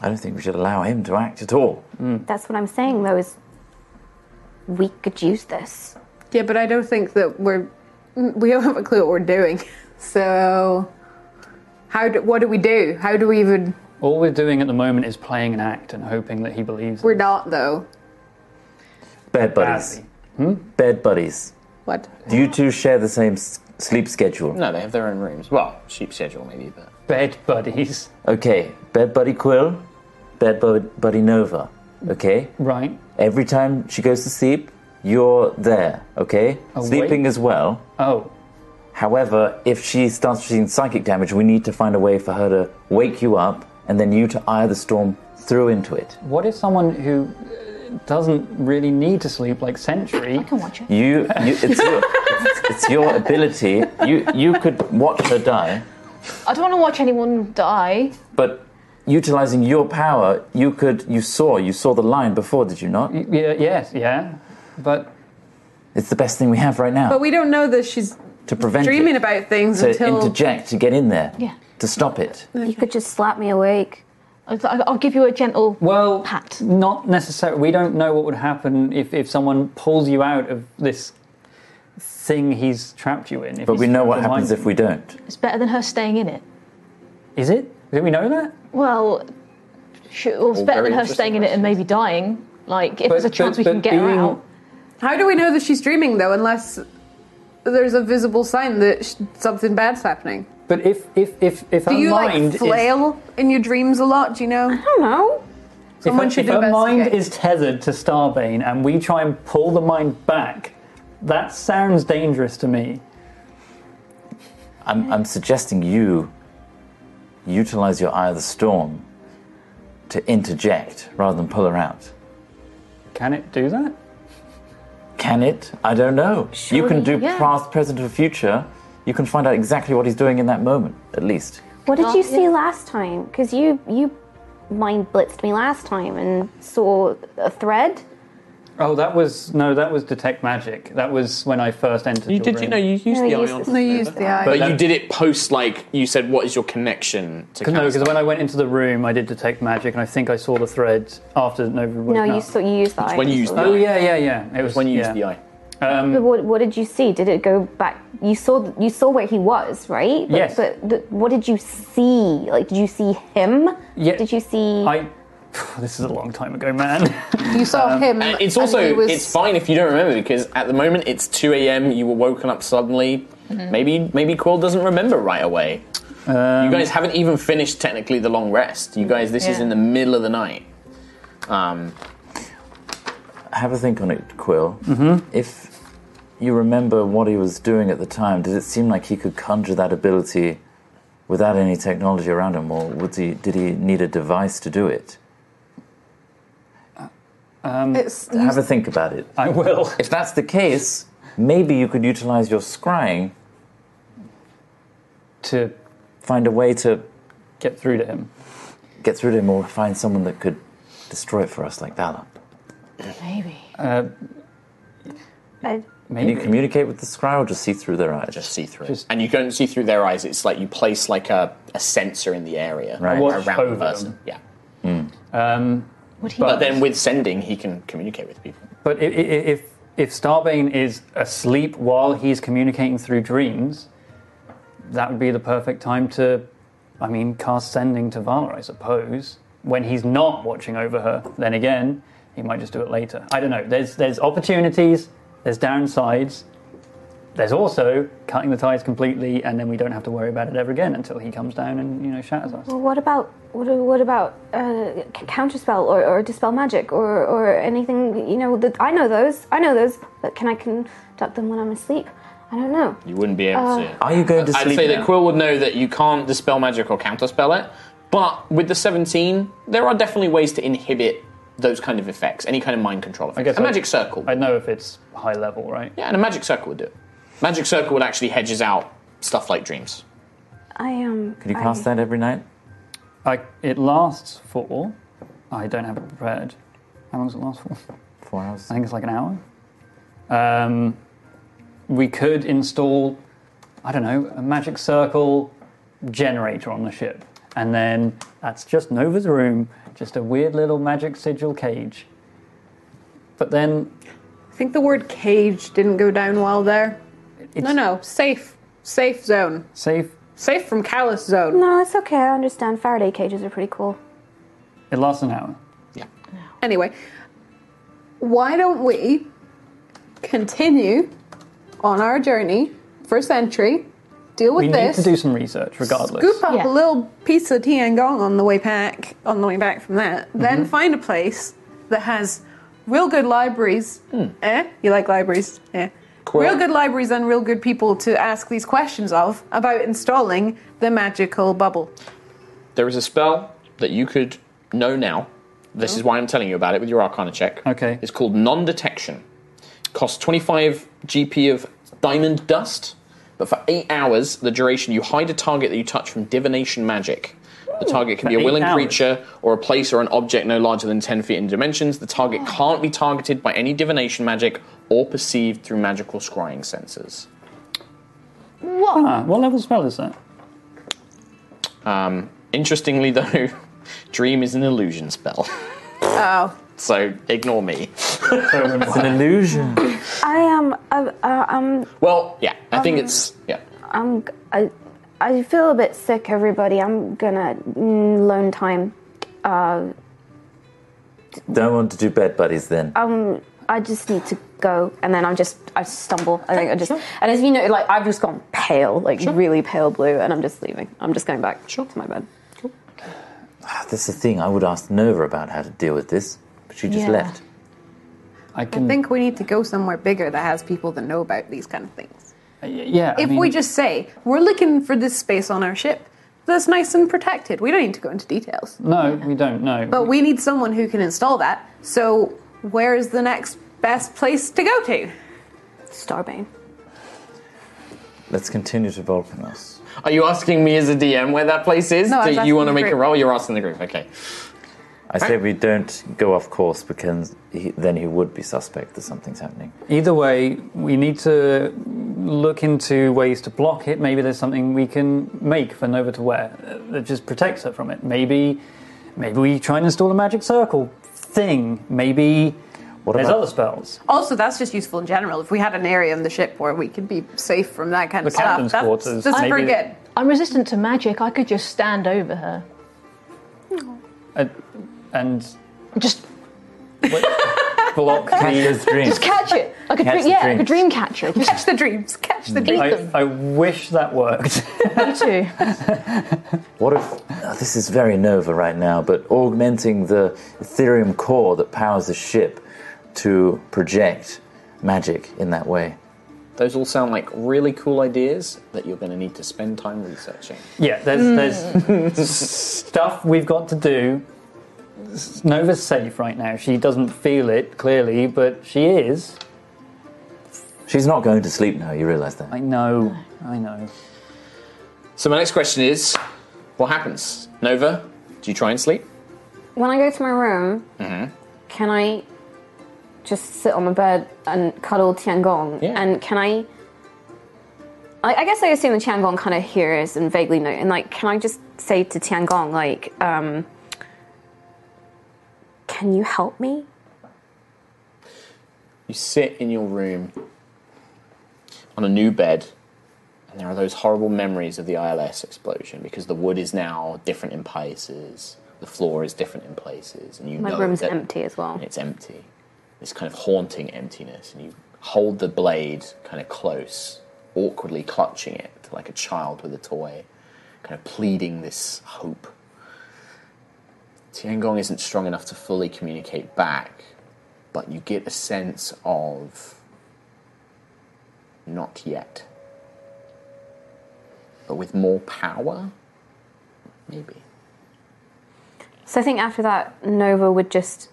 J: I don't think we should allow him to act at all.
H: That's what I'm saying, though, is we could use this.
I: Yeah, but I don't think that we're. We don't have a clue what we're doing. So. How do, what do we do? How do we even.
B: all we're doing at the moment is playing an act and hoping that he believes.
I: We're not, though.
J: Bed buddies. Bed buddies.
I: What?
J: Do you two share the same s- sleep schedule?
G: No, they have their own rooms. Well, sheep schedule maybe, but
B: Bed buddies,
J: Okay. Bed buddy Quill. Bed bud- buddy Nova. Okay.
B: right?
J: Every time she goes to sleep, you're there. Okay.
B: Awake?
J: Sleeping as well.
B: Oh,
J: However, if she starts receiving psychic damage, we need to find a way for her to wake you up and then you to eye the storm through into it.
B: what if someone who uh, doesn't really need to sleep, like Sentry?
A: I can watch it.
J: You, you it's, your, it's, it's your ability. You, you could watch her die,
A: I don't want to watch anyone die.
J: but utilizing your power, you could. You saw, you saw the line before, did you not?
B: Yeah, yes, yeah. But
J: It's the best thing we have right now
I: But we don't know that she's
J: to prevent it,
I: dreaming about things
J: to
I: until.
J: interject, to get in there,
A: Yeah.
J: to stop it.
H: You could just slap me awake.
A: I- I- I'll give you a gentle.
B: Well,
A: Pat.
B: not necessarily. We don't know what would happen if, if someone pulls you out of this thing he's trapped you in. If
J: But
B: he's
J: we know what
B: trapped your
J: happens
B: mind.
J: if we don't.
A: It's better than her staying in it.
B: Is it? Do we know that?
A: Well, sh- well it's
G: All
A: better
G: very
A: than her
G: interesting
A: staying in it and maybe dying. Like, if there's a chance we can get her
B: being-
A: out.
I: How do we know that she's dreaming though, unless there's a visible sign that sh- something bad's happening?
B: But if if if if
I: Do
B: her
I: you
B: mind
I: like flail in your dreams a lot? Do you know?
H: I don't know.
B: is if, her,
I: should
B: if her mind
I: investigate.
B: is tethered to Starbane and we try and pull the mind back, that sounds dangerous to me.
J: I'm, I'm suggesting you utilize your eye of the storm to interject rather than pull her out.
B: Can it do that?
J: Can it? I don't know. you can do
A: Surely, yeah.
J: past, present, or future. You can find out exactly what he's doing in that moment, at least.
H: What did
A: Oh,
H: you see
A: yeah.
H: last time? Because you you mind blitzed me last time and saw a thread.
B: Oh, that was no, that was detect magic. That was when I first entered.
G: You
B: your
G: did-
B: room.
G: you know, you used No, the I used Ion.
I: No, use the eye.
G: But you did it post, like, you said, what is your connection to
B: Cause, no,
G: cast?
B: because when I went into the room, I did detect magic, and I think I saw the thread after Nova.
H: no,
B: woke
H: you
B: up.
H: saw you used that.
G: when you used the
B: Oh
G: eye.
B: yeah, yeah, yeah. It was
G: when you
B: yeah.
G: used the eye.
H: But what, what did you see? Did it go back? You saw you saw where he was, right? But,
B: Yes.
H: But th- what did you see? Like, did you see him?
B: Yeah.
H: Did you see?
B: I. This is a long time ago, man.
I: You saw him.
G: And uh, um, it's
I: and
G: also
I: he was-
G: it's fine if you don't remember because at the moment it's 2 a.m. You were woken up suddenly. Maybe maybe Quill doesn't remember right away. you guys haven't even finished technically the long rest. You guys, this is
C: Yeah.
G: in the middle of the night. Um,
J: Have a think on it, Quill.
A: Mm-hmm.
J: If you remember what he was doing at the time, did it seem like he could conjure that ability without any technology around him, or would he, did he need a device to do it?
I: It's,
J: Have a think about it.
B: I will.
J: If that's the case, maybe you could utilize your scrying,
B: to
J: find a way to
B: get through to him.
J: get through to him, or find someone that could destroy it for us, like Valor.
C: Maybe.
H: I-
J: Can
B: Maybe.
J: you communicate with the scry or just see through their eyes?
G: just see through, it.
B: Just-
G: and you don't see through their eyes. It's like you place like a, a sensor in the area
J: Right.
B: Watch
G: around
B: over
G: the person.
B: them.
G: Yeah,
B: um,
C: Would he?
G: but, then with sending, he can communicate with people.
B: but i- i- i- if if Starbane is asleep while he's communicating through dreams, that would be the perfect time to, I mean, cast sending to Vala, I suppose. When he's not watching over her, then again, he might just do it later. I don't know. There's there's opportunities. There's downsides. There's also cutting the ties completely, and then we don't have to worry about it ever again until he comes down and you know shatters us.
H: Well, what about what, what about uh, c- counterspell or, or dispel magic or, or anything? You know, that I know those. I know those. But can I conduct them when I'm asleep? I don't know.
G: You wouldn't be able to.
J: Are you going to
G: I'd
J: sleep
G: say
J: now?
G: that Quill would know that you can't dispel magic or counterspell it, but with the 17, there are definitely ways to inhibit those kind of effects, any kind of mind control effects.
B: guess
G: A
B: I-
G: magic circle.
B: I know if it's high level, right?
G: yeah, and a magic circle would do it. Magic circle would actually hedges out stuff like dreams.
H: I um.
J: Could you cast that every night?
B: I, it lasts for. I don't have it prepared. How long does it last for?
J: Four hours.
B: I think it's like an hour. Um, we could install, I don't know, a magic circle generator on the ship. And then that's just Nova's room, just a weird little magic sigil cage. But then
I: I think the word cage didn't go down well there.
B: it's
I: No, no, safe, safe zone,
B: safe.
I: safe from callous zone,
H: No, it's okay. I understand. Faraday cages are pretty cool.
B: It lasts an hour.
I: Anyway, why don't we continue on our journey First entry, deal with
B: We need
I: this,
B: to do some research regardless.
I: scoop up
A: Yeah.
I: a little piece of tiangong on the way back, on the way back from that,
B: Mm-hmm.
I: then find a place that has real good libraries.
B: Hmm.
I: Eh? You like libraries? Eh? Real good libraries and real good people to ask these questions of about installing the magical bubble.
G: There is a spell that you could know now. This is why I'm telling you about it with your Arcana check.
B: Oh. Okay.
G: It's called Non Detection. Costs 25 GP of Diamond Dust, but for eight hours, the duration, you hide a target that you touch from Divination Magic. The target can
B: For
G: be a
B: eight
G: willing
B: hours.
G: creature or a place or an object no larger than 10 feet in dimensions. The target
B: Oh.
G: can't be targeted by any divination magic or perceived through magical scrying sensors.
B: Ah, what level spell is that?
G: Um, interestingly, though, Dream is an illusion spell,
I: Oh,
G: so ignore me.
J: It's an illusion.
H: I am. Um, uh, um.
G: Well, yeah, I
I: Um,
G: think it's. Yeah.
H: I'm. I, I feel a bit sick, everybody. I'm gonna mm, loan time. Uh,
J: Don't want to do bed buddies then.
H: um, I just need to go, and then I'm just. I stumble. I think I just. And as you know, like I've just gone pale, like really pale blue, and I'm just leaving. I'm just going back to my bed.
J: That's Ah, the thing. I would ask Nova about how to deal with this, but she just
C: Yeah.
J: left.
B: I
I: I
B: can.
I: think we need to go somewhere bigger that has people that know about these kind of things.
B: yeah. I
I: If
B: mean-
I: we just say we're looking for this space on our ship that's nice and protected, we don't need to go into details.
B: No, we don't. No.
I: But we need someone who can install that. So where is the next best place to go to?
H: Starbane.
J: Let's continue to Volcanos.
G: Are you asking me as a DM where that place is?
I: No, I was
G: Do
I: asking
G: you want to
I: the
G: make a
I: group.
G: roll? You're asking the group. Okay.
J: I say we don't go off course because he, then he would be suspect that something's happening.
B: Either way, we need to look into ways to block it. Maybe there's something we can make for Nova to wear uh, that just protects her from it. Maybe, maybe we try and install a magic circle thing. Maybe there's
I: about-
B: other spells.
I: Also, that's just useful in general. If we had an area in the ship where we could be safe from that kind
B: The
I: of stuff,
B: captain's
I: that's,
B: quarters,
I: that's
B: maybe-
I: pretty good.
A: I'm resistant to magic. I could just stand over her.
B: And, and
A: just
B: block the
J: dreams.
A: Just catch it. I could
B: Catch
A: dream,
B: the
A: yeah, like a
B: dreams.
A: dream catcher.
I: Catch the dreams. Catch the dreams.
B: I, I wish that worked.
A: Me too.
J: What if oh, this is very Nova right now, but augmenting the Ethereum core that powers the ship to project magic in that way?
G: Those all sound like really cool ideas that you're going to need to spend time researching.
B: Yeah, there's, there's stuff we've got to do. S- Nova's safe right now. She doesn't feel it clearly, but she is.
J: She's not going to sleep now, you realize that.
B: I know, I know.
G: So my next question is, what happens? Nova, do you try and sleep?
H: When I go to my room,
G: Mm-hmm.
H: can I just sit on the bed and cuddle Tiangong? And can I? I, I guess I assume the Tiangong kind of hears and vaguely knows. And like, can I just say to Tiangong, like, um, can you help me?
G: You sit in your room on a new bed, and there are those horrible memories of the ILS explosion because the wood is now different in places, the floor is different in places, and you
H: My
G: know
H: room's
G: that-
H: empty as well.
G: and it's empty. This kind of haunting emptiness, and you hold the blade kind of close, awkwardly clutching it like a child with a toy, kind of pleading this hope. Tiangong isn't strong enough to fully communicate back, but you get a sense of not yet. But with more power, maybe.
H: So I think after that, Nova would just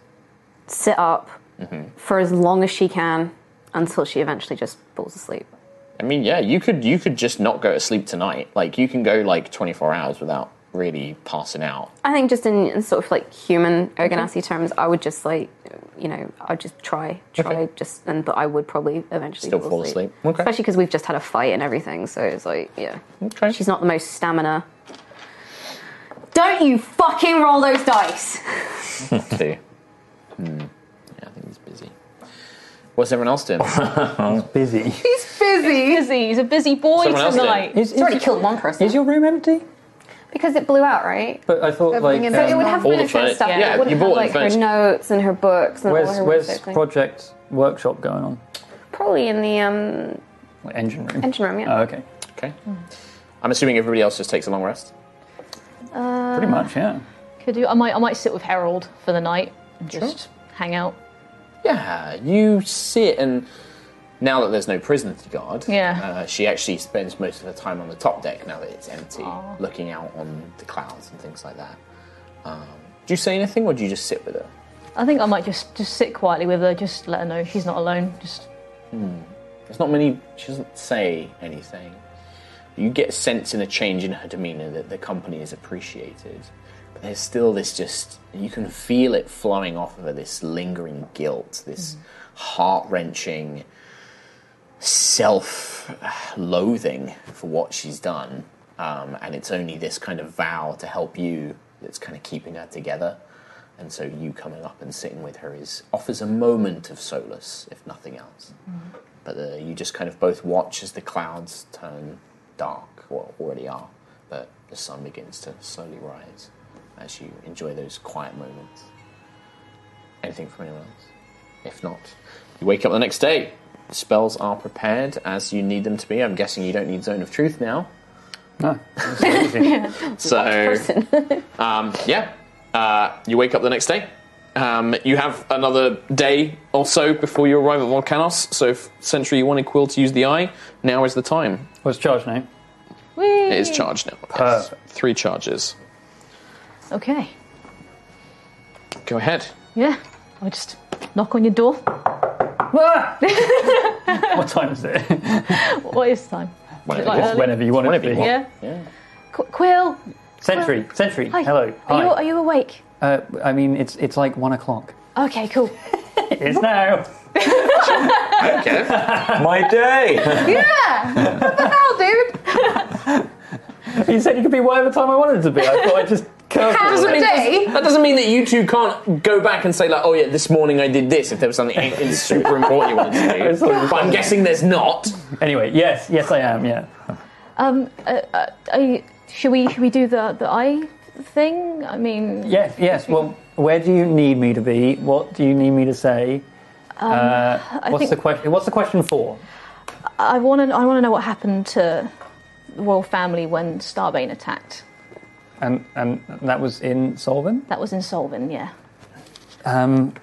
H: sit up
G: Mm-hmm.
H: for as long as she can until she eventually just falls asleep.
G: I mean, yeah, you could you could just not go to sleep tonight. Like you can go like 24 hours without really passing out.
H: I think just in, in sort of like human ergonassi terms, I would just like, you know, I'd just try, try, just, and but I would probably eventually
G: Still fall asleep. Okay. Mm-hmm.
H: Especially because we've just had a fight and everything, so it's like, yeah.
G: Okay.
H: She's not the most stamina. Don't you fucking roll those dice.
G: Two. Hmm. Yeah, I think he's busy. What's everyone else doing? he's
B: busy.
A: He's busy. busy. He's a busy boy
G: Someone else did.
A: tonight.
B: He's
H: already killed one person. Is
B: your room empty?
H: Because it blew out, right?
B: But I thought like um,
H: so it would have furniture and stuff. it would have like her notes and her books and all
B: Where's
H: her
B: where's
H: research things.
B: project workshop going on?
H: Probably in the um,
B: Like engine room.
H: engine room, yeah.
B: Oh, okay.
G: Okay. I'm assuming everybody else just takes a long rest.
A: Uh,
B: Pretty much, yeah.
A: Could do. I might. I might sit with Harold for the night and just hang out.
G: Yeah, you sit and now that there's no prison to guard,
A: Yeah.
G: uh, she actually spends most of her time on the top deck now that it's empty, looking out on the clouds and things like that. Um, do you say anything, or do you just sit with her?
A: I think I might just just sit quietly with her. Just let her know she's not alone. Just
G: Hmm. There's not many. She doesn't say anything. You get a sense in a change in her demeanor that the company is appreciated, but there's still this just you can feel it flowing off of her. This lingering guilt, this heart wrenching self-loathing for what she's done, um, and it's only this kind of vow to help you that's kind of keeping her together. And so you coming up and sitting with her is offers a moment of solace, if nothing else. But uh, you just kind of both watch as the clouds turn dark, or already are, but the sun begins to slowly rise as you enjoy those quiet moments. Anything from anyone else? If not, you wake up the next day. Spells are prepared as you need them to be. I'm guessing you don't need Zone of Truth now.
B: No.
G: so, um, yeah, uh, you wake up the next day. Um, you have another day or so before you arrive at Volcanos. So, if Sentry, you wanted Quill to use the eye, now is the time.
B: What's charge name? Uh,
G: It is charged now. Yes. Three charges.
A: okay.
G: Go ahead.
A: Yeah. I just knock on your door.
B: What time is it?
A: what is time? Is it like
B: Just
A: early?
B: whenever you want it to be.
A: Yeah. Qu- Quill.
B: Sentry, sentry.
A: Hi.
B: Hello.
A: Are
B: Hi.
A: you, are you awake?
B: Uh, I mean, it's it's like one o'clock.
A: Okay, cool.
B: It is now.
J: My day.
I: Yeah! what the hell, dude?
B: you said you could be whatever time I wanted to be. I thought I just curved
I: Half
B: it.
I: a day?
G: That doesn't mean that you two can't go back and say like, oh yeah, this morning I did this. If there was something in- in super important you wanted to do, but I'm guessing there's not.
B: Anyway, yes, yes, I am. Yeah.
A: Um, uh, uh, I, should we should we do the the eye thing? I mean,
B: Yes, yes. Well, where do you need me to be? What do you need me to say? uh, what's
A: think-
B: the question? What's the question for?
A: I want to I want to know what happened to the royal family when Starbane attacked.
B: And and that was in Solvin.
A: That was in Solvin, yeah.
B: Um,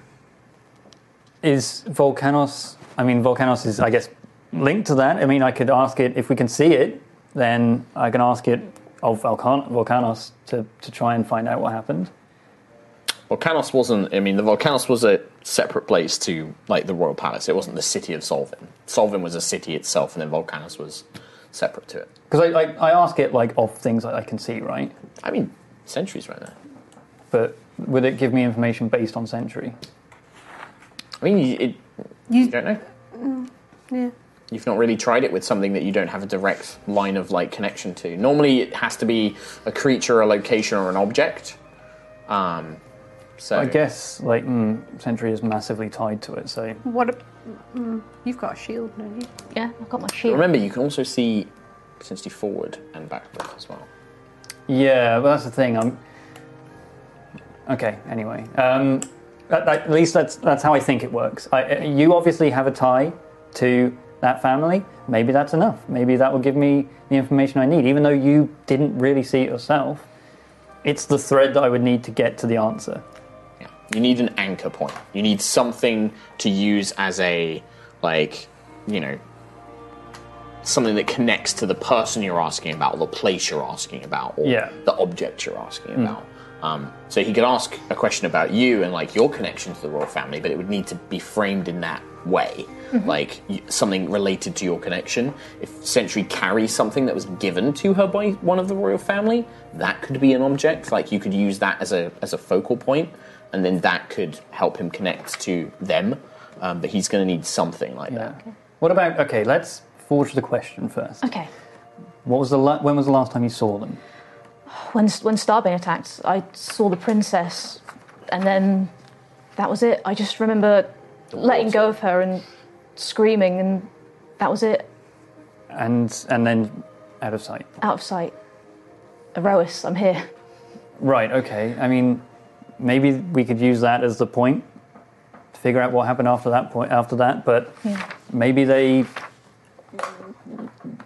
B: is Volcanos? I mean, Volcanos is, I guess, linked to that. I mean, I could ask it if we can see it. Then I can ask it of Volcan- Volcanos to, to try and find out what happened.
G: Volcanos wasn't. I mean, the Volcanos was a separate place to like the royal palace. It wasn't the city of Solvin. Solvin was a city itself, and then Volcanos was separate to it.
B: Because I, I, I ask it like of things that I can see, right?
G: I mean, centuries right there.
B: But would it give me information based on century?
G: I mean, you, it, you don't know.
I: Yeah.
G: You've not really tried it with something that you don't have a direct line of like connection to. Normally, it has to be a creature, a location, or an object. Um, so
B: I guess like mm, century is massively tied to it. So
I: What a. Mm, you've got a shield, don't you?
A: Yeah, I've got my shield.
G: remember you can also see potentially forward and backward as well.
B: yeah, well, that's the thing. I'm okay. Anyway, um, at, at least that's that's how I think it works. I, uh, you obviously have a tie to that family. Maybe that's enough. Maybe that will give me the information I need, even though you didn't really see it yourself. It's the thread that I would need to get to the answer.
G: Yeah. You need an anchor point. You need something to use as a, like, you know, something that connects to the person you're asking about, or the place you're asking about, or
B: Yeah.
G: the object you're asking about. Um, so he could ask a question about you and like your connection to the royal family, but it would need to be framed in that way, like y- something related to your connection. If Sentry carries something that was given to her by one of the royal family, that could be an object. Like you could use that as a as a focal point, and then that could help him connect to them. Um, but he's going to need something like that.
B: Yeah. What about okay? Let's forge the question first.
A: Okay.
B: What was the la- when was the last time you saw them?
A: When when Starbane attacked, I saw the princess, and then that was it. I just remember letting go of her and screaming, and that was it.
B: and and then out of sight.
A: Out of sight. Erois, I'm here.
B: Right. Okay. I mean, maybe we could use that as the point to figure out what happened after that point. After that, but maybe they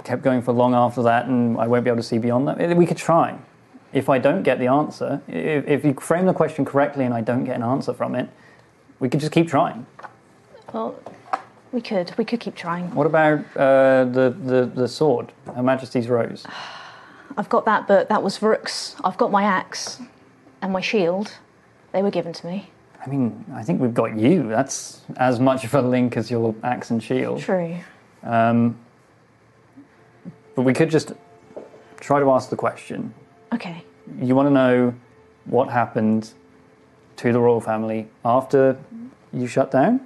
B: kept going for long after that, and I won't be able to see beyond that. We could try. If I don't get the answer, i- if, if you frame the question correctly and I don't get an answer from it, we could just keep trying.
A: Well, we could we could keep trying.
B: What about uh, the, the the sword, Her Majesty's Rose?
A: I've got that, but that was Vrook's. I've got my axe and my shield. They were given to me.
B: I mean, I think we've got you. That's as much of a link as your axe and shield.
A: True.
B: Um, but we could just try to ask the question.
A: Okay.
B: You want to know what happened to the royal family after you shut down?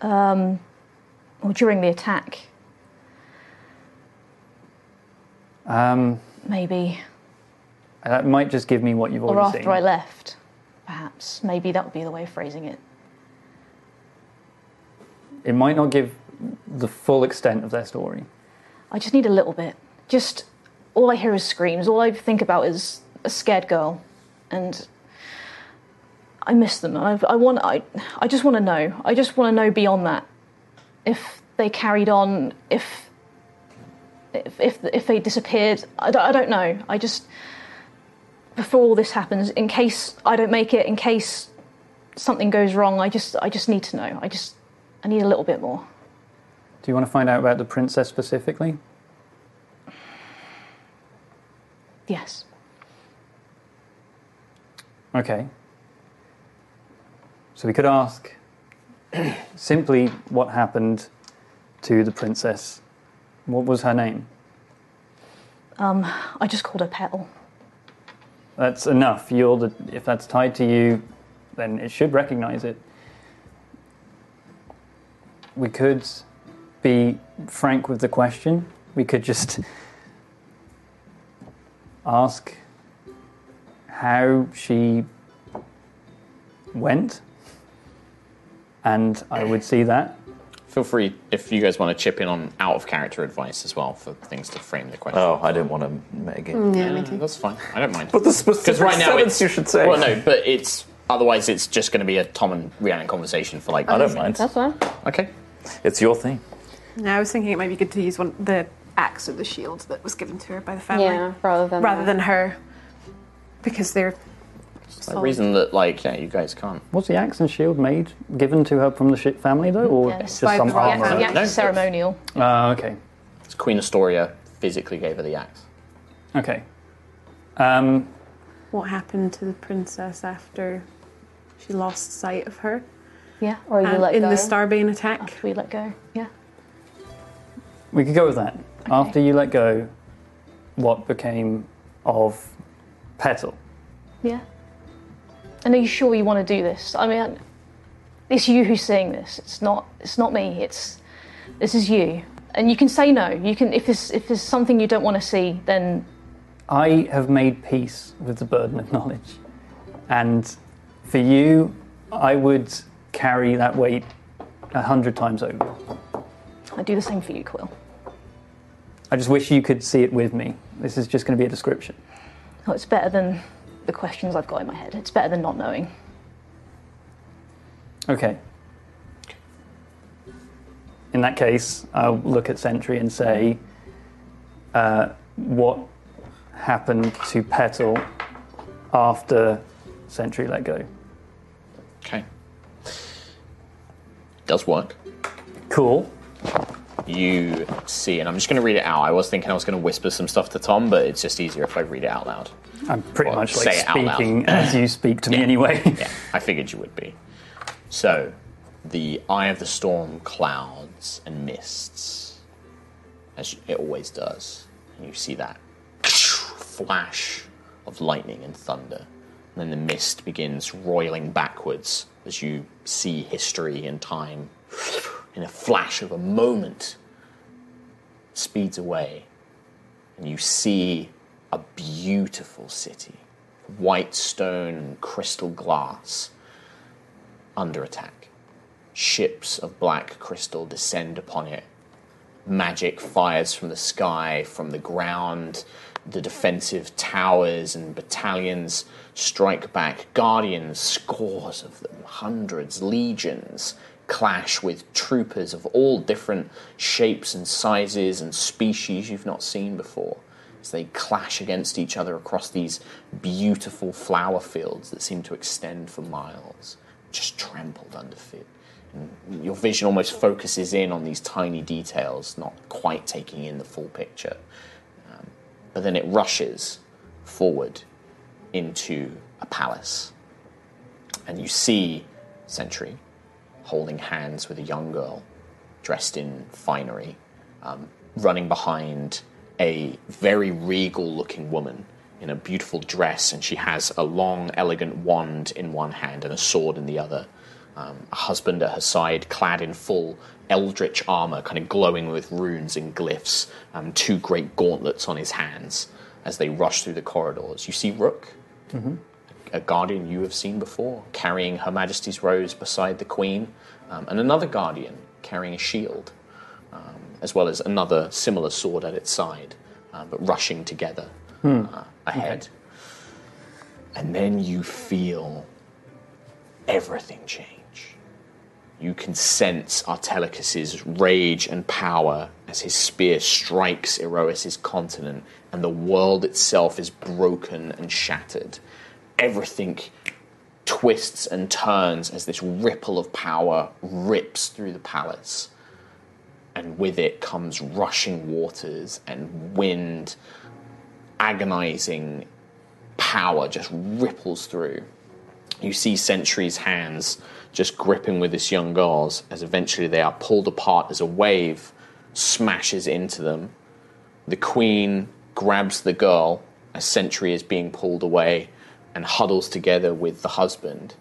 A: Um, or during the attack,
B: Um,
A: maybe,
B: that might just give me what you've
A: or
B: already
A: after
B: seen.
A: I left, perhaps. Maybe that would be the way of phrasing it.
B: It might not give the full extent of their story.
A: I just need a little bit. Just all I hear is screams. All I think about is a scared girl, and I miss them. And I, I want. I I just want to know. I just want to know beyond that. If they carried on, if if if, if they disappeared, I don't, I don't know. I just before all this happens, in case I don't make it, in case something goes wrong, I just I just need to know. I just I need a little bit more.
B: Do you want to find out about the princess specifically?
A: Yes.
B: Okay. So we could ask simply what happened to the princess. What was her name?
A: Um, I just called her Petal.
B: That's enough. You're the, if that's tied to you, then it should recognize it. We could be frank with the question. We could just ask how she went, and I would see that.
G: Feel free if you guys want to chip in on out of character advice as well for things to frame the question.
J: Oh, I don't want to mitigate.
G: Mm, yeah, me too. That's fine. I don't mind.
J: But the specific
G: Because right now
J: sentence
G: it's
J: you should say.
G: Well, no, but it's otherwise it's just going to be a Tom and Rhiannon conversation for like.
J: I don't mind.
H: That's fine.
G: Okay.
J: It's your thing.
I: No, I was thinking it might be good to use one the axe or the shield that was given to her by the family.
H: Yeah, rather than
I: rather
H: that.
I: than her, because they're.
G: It's the reason that like yeah, you guys can't.
B: Was the axe and shield made given to her from the ship family though, or just some armor?
A: Yeah,
G: No.
A: ceremonial.
B: Ah, okay.
G: It's Queen Astoria physically gave her the axe.
B: Okay. Um,
I: What happened to the princess after she lost sight of her?
A: Yeah, or you
I: And
A: let
I: in
A: go.
I: the Starbane attack.
A: we let go. Yeah.
B: we could go with that. After you let go, what became of Petal?
A: Yeah. And are you sure you want to do this? I mean, it's you who's seeing this. It's not. It's not me. It's this is you. And you can say no. You can if there's if there's something you don't want to see, then
B: I have made peace with the burden of knowledge. And for you, I would carry that weight a hundred times over.
A: I do the same for you, Quill.
B: I just wish you could see it with me. This is just going to be a description.
A: Oh, it's better than the questions I've got in my head. It's better than not knowing.
B: Okay. In that case, I'll look at Sentry and say, uh, what happened to Petal after Sentry let go?
G: Okay. Does work.
B: Cool.
G: You see, and I'm just going to read it out. I was thinking I was going to whisper some stuff to Tom, but it's just easier if I read it out loud.
B: I'm pretty
G: Well,
B: much
G: say
B: like
G: it out loud.
B: speaking as you speak to me anyway.
G: yeah, I figured you would be. So, the eye of the storm clouds and mists, as it always does, and you see that flash of lightning and thunder. And then the mist begins roiling backwards as you see history and time in a flash of a moment speeds away. And you see a beautiful city white stone and crystal glass under attack. Ships of black crystal descend upon it. Magic fires from the sky, from the ground. The defensive towers and battalions strike back. Guardians, scores of them, hundreds, legions, clash with troopers of all different shapes and sizes and species you've not seen before as they clash against each other across these beautiful flower fields that seem to extend for miles, just trampled underfoot. And your vision almost focuses in on these tiny details, not quite taking in the full picture. Um, but then it rushes forward into a palace. And you see Sentry holding hands with a young girl dressed in finery, um, running behind a very regal looking woman in a beautiful dress, and she has a long, elegant wand in one hand and a sword in the other. Um, a husband at her side, clad in full eldritch armor, kind of glowing with runes and glyphs, um, two great gauntlets on his hands as they rush through the corridors. You see Rook,
K: Mm-hmm.
G: a guardian you have seen before, carrying Her Majesty's Rose beside the Queen, um, and another guardian carrying a shield, um, as well as another similar sword at its side, uh, but rushing together
K: Hmm.
G: uh, ahead. And then you feel everything change. You can sense Artelicus's rage and power as his spear strikes Erois's continent, and the world itself is broken and shattered. Everything twists and turns as this ripple of power rips through the palace. And with it comes rushing waters and wind, agonizing power just ripples through. You see Sentry's hands just gripping with this young girl's as eventually they are pulled apart as a wave smashes into them. The queen grabs the girl a sentry is being pulled away and huddles together with the husband.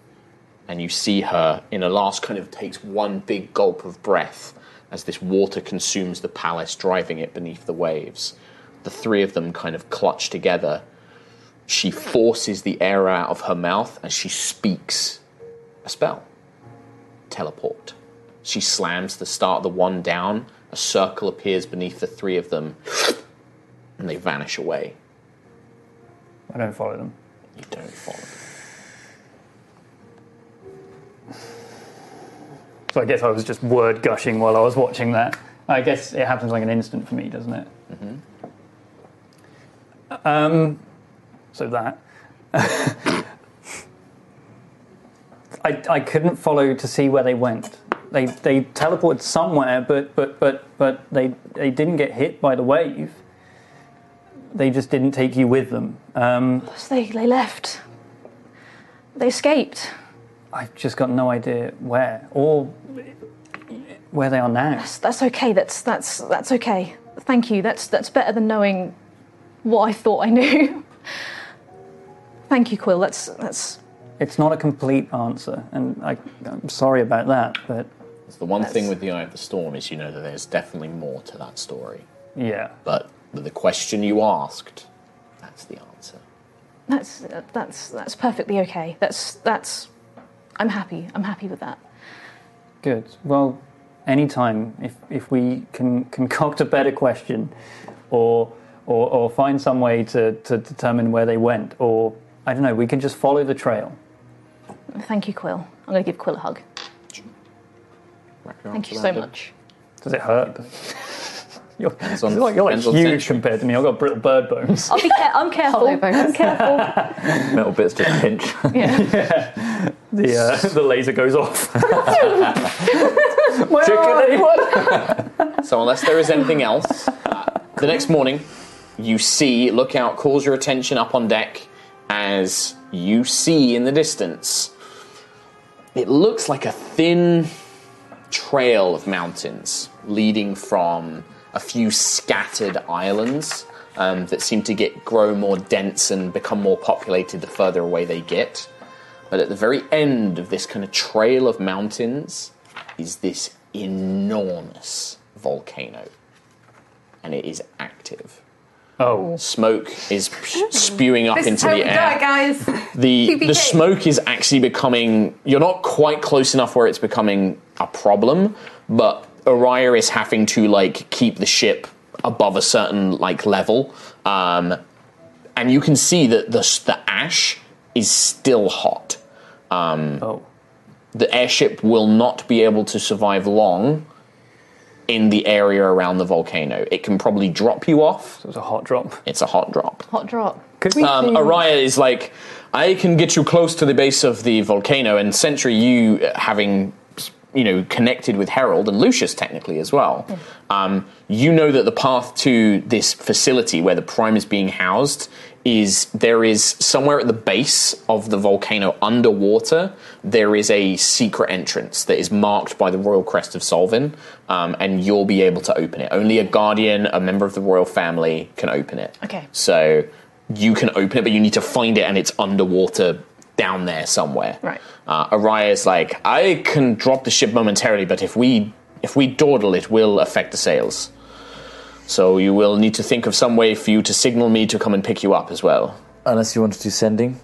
G: And you see her in a last kind of takes one big gulp of breath as this water consumes the palace, driving it beneath the waves. The three of them kind of clutch together. She forces the air out of her mouth and she speaks a spell teleport. She slams the start the one down. A circle appears beneath the three of them, and they vanish away.
B: I don't follow them.
G: You don't follow them.
B: So I guess I was just word gushing while I was watching that. I guess it happens like an instant for me, doesn't it?
G: Mhm.
B: Um, so that. I, I couldn't follow to see where they went. They, they teleported somewhere, but, but, but, but they, they didn't get hit by the wave. They just didn't take you with them. Um,
A: So they, they left. They escaped.
B: I've just got no idea where or where they are now.
A: That's, that's okay. That's that's that's okay. Thank you. That's that's better than knowing what I thought I knew. Thank you, Quill. That's that's
B: It's not a complete answer, and I, I'm sorry about that, but
G: It's the one thing with the Eye of the Storm is you know that there's definitely more to that story.
B: yeah.
G: But with the question you asked, that's the answer.
A: that's that's that's perfectly okay. That's that's. I'm happy. I'm happy with that.
B: Good. Well, anytime if if we can concoct a better question, or or, or find some way to, to determine where they went, or I don't know, we can just follow the trail.
A: Thank you, Quill. I'm going to give Quill a hug. Thank you so much.
B: Does it hurt? you're,
G: on-
B: you're like, you're like
G: depends on
B: huge
G: century.
B: compared to me. I've got brittle bird bones.
A: I'll be care- I'm careful. I'm careful.
J: Metal bits just pinch.
B: the uh, the laser goes off. Where
G: Chicken,
B: are they?
G: So unless there is anything else, uh, the next morning you see lookout calls your attention up on deck as you see in the distance. It looks like a thin trail of mountains leading from a few scattered islands um, that seem to get grow more dense and become more populated the further away they get. But at the very end of this kind of trail of mountains is this enormous volcano. And it is active.
B: Oh,
G: Smoke is p- spewing up
I: This is
G: into
I: how we
G: the
I: die,
G: air.
I: guys.
G: The,
I: TPK.
G: the smoke is actually becoming, you're not quite close enough where it's becoming a problem, but Araya is having to like keep the ship above a certain like level. Um, and you can see that the, s- the ash is still hot.
B: oh.
G: the airship will not be able to survive long in the area around the volcano. It can probably drop you off.
B: It was a hot drop.
G: It's a hot drop.
A: Hot drop.
B: Could we?
G: Um,
B: do-
G: Araya is like, I can get you close to the base of the volcano, and Sentry, you uh, having you know connected with Harold and Lucius technically as well. Um, you know that the path to this facility where the Prime is being housed is there is somewhere at the base of the volcano underwater there is a secret entrance that is marked by the royal crest of Solvin, um, and you'll be able to open it. Only a guardian, a member of the royal family, can open it.
A: Okay.
G: So you can open it, but you need to find it, and it's underwater down there somewhere.
A: Right.
G: Uh, Araya's like, I can drop the ship momentarily, but if we if we dawdle, it will affect the sails. So you will need to think of some way for you to signal me to come and pick you up as well.
J: Unless you want to do sending.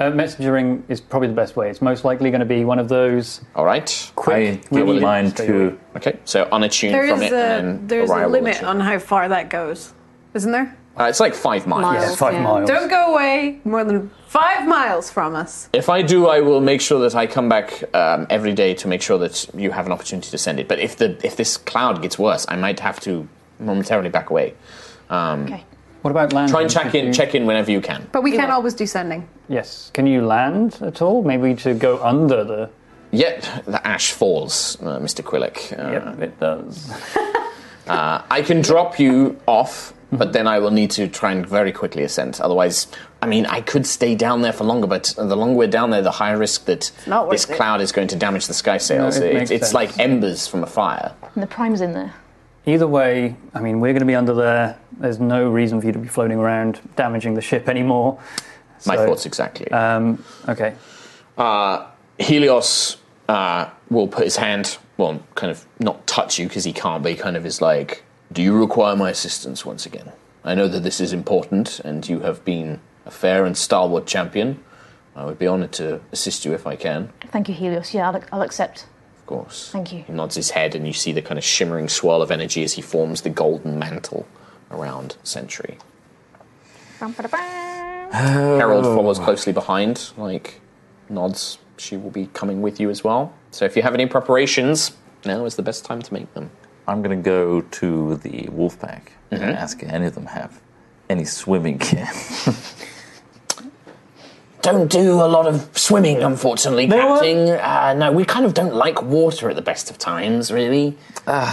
B: uh, messaging is probably the best way. It's most likely going to be one of those.
G: All right.
J: I
B: we
J: don't
B: need
J: mind
B: to stay
J: to.
G: Okay. So unattuned
I: There
G: from it,
I: is a
G: and then
I: there's
G: Araya
I: a
G: will
I: limit
G: let you-
I: on how far that goes, isn't there?
G: Uh, it's like five miles.
B: Yeah, five
H: yeah.
B: miles.
I: Don't go away more than five miles from us.
G: If I do, I will make sure that I come back um, every day to make sure that you have an opportunity to send it. But if the if this cloud gets worse, I might have to momentarily back away.
A: Okay.
B: What about land?
G: Try and check
B: Mm-hmm.
G: in, check in whenever you can.
I: But we can always do sending.
B: Yes. Can you land at all? Maybe to go under the.
G: Yet the ash falls, uh, Mr. Quillick. Uh,
B: yep, it does.
G: I can drop you off, but then I will need to try and very quickly ascend. Otherwise, I mean, I could stay down there for longer, but the longer we're down there, the higher risk that
I: not worth
G: this
I: it.
G: cloud is going to damage the sky sails.
B: No, it
G: It-
B: makes
G: it's
B: sense.
G: like embers from a fire.
A: And the prime's in there.
B: Either way, I mean, we're going to be under there. There's no reason for you to be floating around damaging the ship anymore.
G: My
B: So,
G: thoughts exactly.
B: Um, okay.
G: Uh, Helios uh, will put his hand, well, kind of not touch you because he can't, but he kind of is like, Do you require my assistance once again? I know that this is important and you have been a fair and stalwart champion. I would be honored to assist you if I can,
A: Thank you, Helios. Yeah, I'll, I'll accept.
G: of course.
A: Thank you.
G: He nods his head and you see the kind of shimmering swirl of energy as he forms the golden mantle around Sentry. Harold follows closely behind, like nods. She will be coming with you as well. So if you have any preparations, now is the best time to make them.
J: I'm going to go to the wolf pack and
G: Mhm.
J: ask if any of them have any swimming gear.
G: Don't do a lot of swimming, unfortunately, Captain. Uh, no, we kind of don't like water at the best of times, really. um,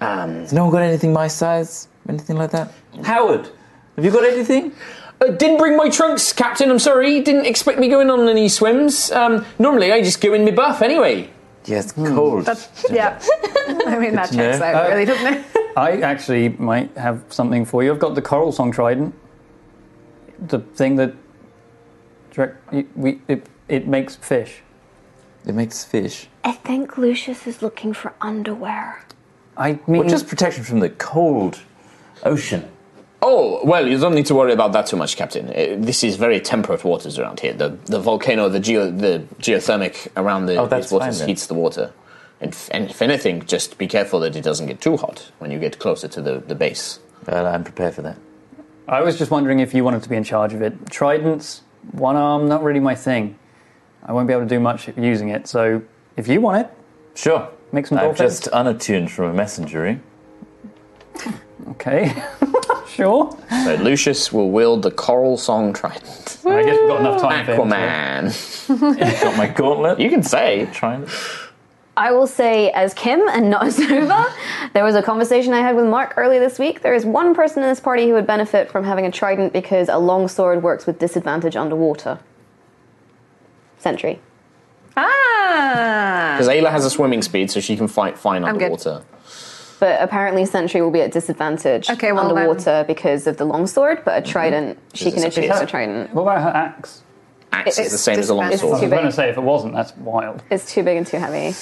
J: Has no one got anything my size? Anything like that? Howard, have you got anything?
G: Uh, didn't bring my trunks, Captain. I'm sorry. Didn't expect me going on any swims. Um, normally, I just go in my buff anyway.
J: Yes,
B: Hmm.
J: cold.
I: yeah. I mean, that
B: Good to
I: checks
B: know.
I: out,
B: Uh,
I: really, doesn't it?
B: I actually might have something for you. I've got the Coral Song Trident. The thing that direct, we it, it makes fish.
J: It makes fish.
H: I think Lucius is looking for underwear.
B: I mean,
J: well, just protection from the cold ocean.
G: Oh, well, you don't need to worry about that too much, Captain. Uh, This is very temperate waters around here. The, the volcano, the, geo, the geothermic around the,
J: Oh, that's
G: these waters
J: fine then.
G: heats the water. And if, and if anything, just be careful that it doesn't get too hot when you get closer to the, the base.
J: Well, I'm prepared for that.
B: I was just wondering if you wanted to be in charge of it. Tridents, one arm, not really my thing. I won't be able to do much using it. So if you want it,
J: sure.
B: Make some
J: I'm
B: Hmm. dolphins.
J: just unattuned from a eh? messengery.
B: Okay. sure.
G: So Lucius will wield the Coral Song Trident.
B: I guess we've got enough time for him to-
G: Aquaman.
J: got my gauntlet.
G: You can say.
J: Trying.
H: I will say, as Kim and not as Nova, there was a conversation I had with Mark earlier this week. There is one person in this party who would benefit from having a trident because a longsword works with disadvantage underwater. Sentry.
I: Ah!
G: Because Ayla has a swimming speed, so she can fight fine
H: I'm good.
G: underwater.
H: But apparently, Sentry will be at disadvantage
I: Okay, well then.
H: underwater because of the longsword, but a trident, she can achieve
G: disappears.
H: a trident.
B: What about her axe?
G: Axe is
H: It's
G: the same as a
H: disadvantage.
B: I
G: longsword.
B: was going to say if it wasn't, that's wild.
H: It's too big and too heavy.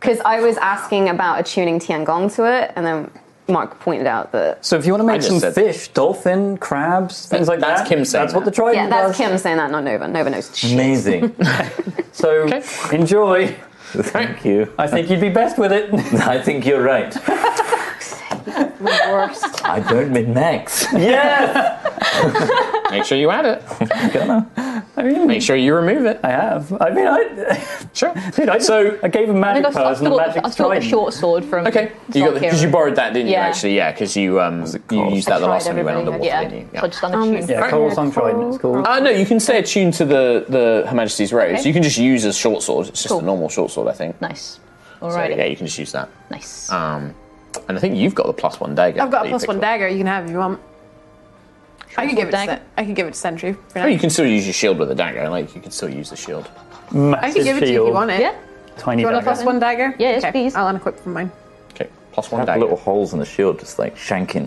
H: Because I was asking about attuning Tiangong to it, and then Mark pointed out that.
B: So if you want to
G: I
B: make
G: just
B: some
G: said-
B: fish, dolphin, crabs, things like
G: That's
B: that.
G: Kim saying
B: That's what the
G: that.
B: trident
H: Yeah, that's
B: does.
H: Kim saying that, not Nova. Nova knows. shit.
J: Mm-hmm. Amazing.
B: So enjoy.
J: Thank you.
B: I think you'd be best with it.
J: I think you're right. I don't min max.
B: yes.
G: Make sure you add it.
B: I mean,
G: Make sure you remove it.
B: I have. I mean, I.
G: Sure.
B: Dude, I, so,
G: So-
B: I gave a
A: I think
B: magic
A: I've, I've
B: person a
A: still, got,
B: magic
A: I've still got a
B: trident.
A: short sword from.
G: Okay. You got because you borrowed that, didn't
A: Yeah.
G: you? Actually, yeah, because you um you
J: called?
G: used that the
A: Tried
G: last time you went
A: everybody,
G: underwater,
A: yeah.
G: didn't you? Yeah. Um,
A: So I just unattuned.
B: Yeah, coral song trident. It's called.
G: Uh, no, you can stay attuned to the, the Her Majesty's Rose.
A: Okay.
G: You can just use a short sword. It's just
A: Cool.
G: a normal short sword, I think.
A: Nice.
G: So,
A: Alrighty.
G: yeah, you can just use that.
A: Nice.
G: Um, and I think you've got the plus one dagger.
I: I've got
G: that
I: a
G: you
I: plus
G: picked
I: one
G: up.
I: dagger you can have if you want. I could give it to
A: dagger.
I: Sen- I could give it to Sentry. For now.
G: Oh, you can still use your shield with a dagger. Like you can still use the shield.
I: I could give it to you if you want it.
A: yeah.
B: Tiny
I: You want a
B: dagger.
I: plus one dagger?
A: Yeah, yes, please.
I: I'll unequip from mine.
G: Okay, plus one
J: Have
G: dagger.
J: little holes in the shield, just like shanking.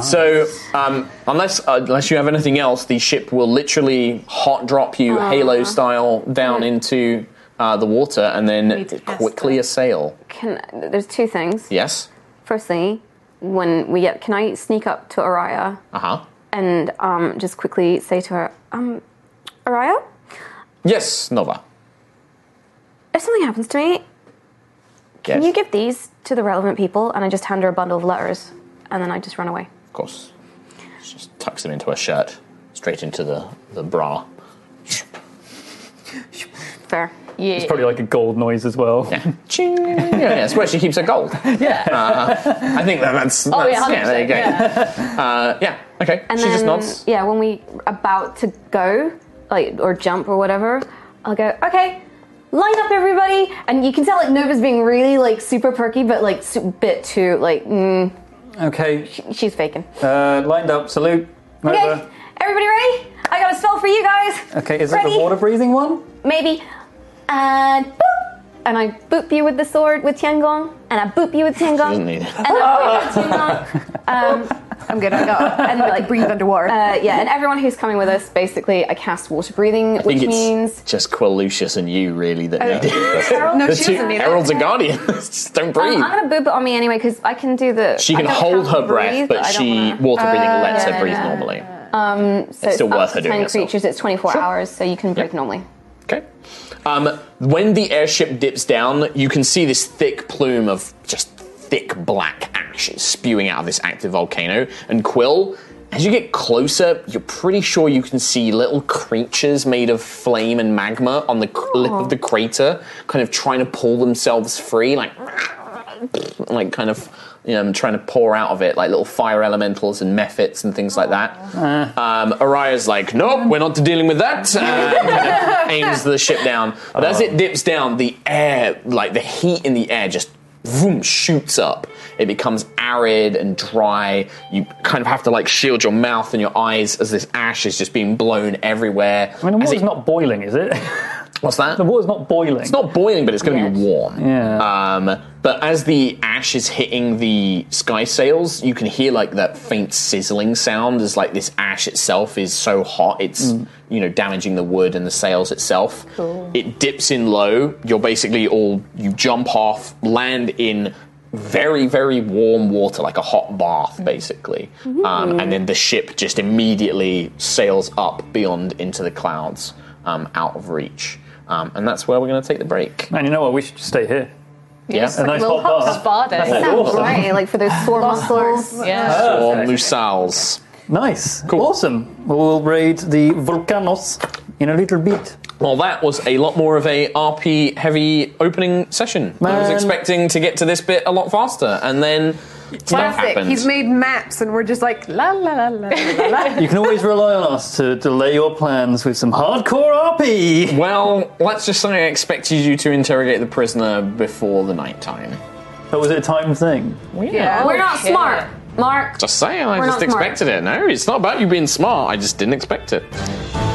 G: So, um, unless uh, unless you have anything else, the ship will literally hot drop you Halo style down into uh, the water and then
I: Need to cast
G: quickly
I: that.
G: assail.
H: Can, there's two things.
G: Yes.
H: Firstly, when we get, can I sneak up to Araya
G: Uh huh.
H: and um, just quickly say to her, um, Araya,
G: Yes, Nova.
H: if something happens to me,
G: Yes.
H: can you give these to the relevant people? And I just hand her a bundle of letters, and then I just run away.
G: Of course. She just tucks them into her shirt, straight into the the bra.
H: Fair.
B: It's probably like a gold noise as well.
G: Yeah. Ching. yeah, yeah, it's where she keeps her gold. Uh-huh.
B: Yeah.
G: I think that, that's.
A: Oh, yeah,
G: that's- there you
A: 100%,
G: go.
A: yeah.
G: Uh, yeah. Okay.
H: And
G: she
H: then,
G: just nods.
H: yeah, when we about to go, like or jump or whatever, I'll go. Okay, line up everybody, and you can tell like Nova's being really like super perky, but like su- bit too like mm,
B: Okay.
H: she's faking.
B: Uh, lined up. Salute.
H: Okay,
B: Nova.
H: everybody ready? I got a spell for you guys.
B: Okay. Is it
H: Ready?
B: the water breathing one?
H: Maybe. And boop. And I boop you with the sword with Tiangong, and I boop you with ten gong.
G: doesn't need it.
H: And I boop you with ten gong. Um, I'm good. I got and like breathe underwater. Uh, yeah, and everyone who's coming with us, basically, I cast water breathing,
G: I think
H: which
G: it's
H: means
G: just Quill Lucius and you really that
H: Oh,
G: need it.
H: Harold? No,
G: the
H: she
G: two
H: doesn't need it.
G: Harold's a guardian. Just don't breathe.
H: Um, I'm gonna boob it on me anyway because I can do the.
G: she
H: I
G: can
H: don't
G: hold
H: count
G: her breath,
H: breathe,
G: but
H: I don't
G: she
H: wanna-
G: water breathing lets
H: yeah,
G: her breathe
H: yeah.
G: normally.
H: Um, so
G: It's still worth
H: up
G: her
H: to
G: doing
H: Ten
G: it herself.
H: creatures. It's 24 hours, so you can breathe normally.
G: Okay. Um, when the airship dips down, you can see this thick plume of just thick black ashes spewing out of this active volcano. And Quill, as you get closer, you're pretty sure you can see little creatures made of flame and magma on the c- lip of the crater, kind of trying to pull themselves free, like like kind of you know, trying to pour out of it, like little fire elementals and mephits and things like that.
B: Uh-huh.
G: Um, Araya's like, nope, we're not dealing with that. And kind of aims the ship down. But as
B: Oh.
G: it dips down, the air, like the heat in the air, just vroom, shoots up. It becomes arid and dry. You kind of have to like shield your mouth and your eyes as this ash is just being blown everywhere.
B: I mean, the water's not boiling, is it?
G: What's that?
B: The water's not boiling.
G: It's not boiling, but it's going to be warm.
B: Yeah.
G: Um, but as the ash is hitting the sky sails, you can hear like that faint sizzling sound as like this ash itself is so hot it's
K: Mm.
G: you know damaging the wood and the sails itself. It dips in low. You're basically all you jump off, land in very very warm water like a hot bath basically um, and then the ship just immediately sails up beyond into the clouds um, out of reach um, and that's where we're going to take the break
B: Man, you know what? We should just stay here.
G: Yeah.
B: a nice hot bath. That's awesome.
H: like for those sore muscles.
G: Or musals.
B: Nice. Cool. Awesome. Well, we'll raid the volcanoes in a little bit.
G: Well, that was a lot more of a RP heavy opening session. I was
B: Man.
G: expecting to get to this bit a lot faster, and then stuff
I: Classic.
G: happened.
I: He's made maps, and we're just like la la la la la la.
B: You can always rely on us to delay your plans with some hardcore RP.
G: Well, let's just say I expected you to interrogate the prisoner before the night time.
B: But was it a timed thing?
H: Yeah. We're not smart, Mark.
G: Just saying, I
H: We're
G: just
H: not smart.
G: expected it. No, it's not about you being smart. I just didn't expect it.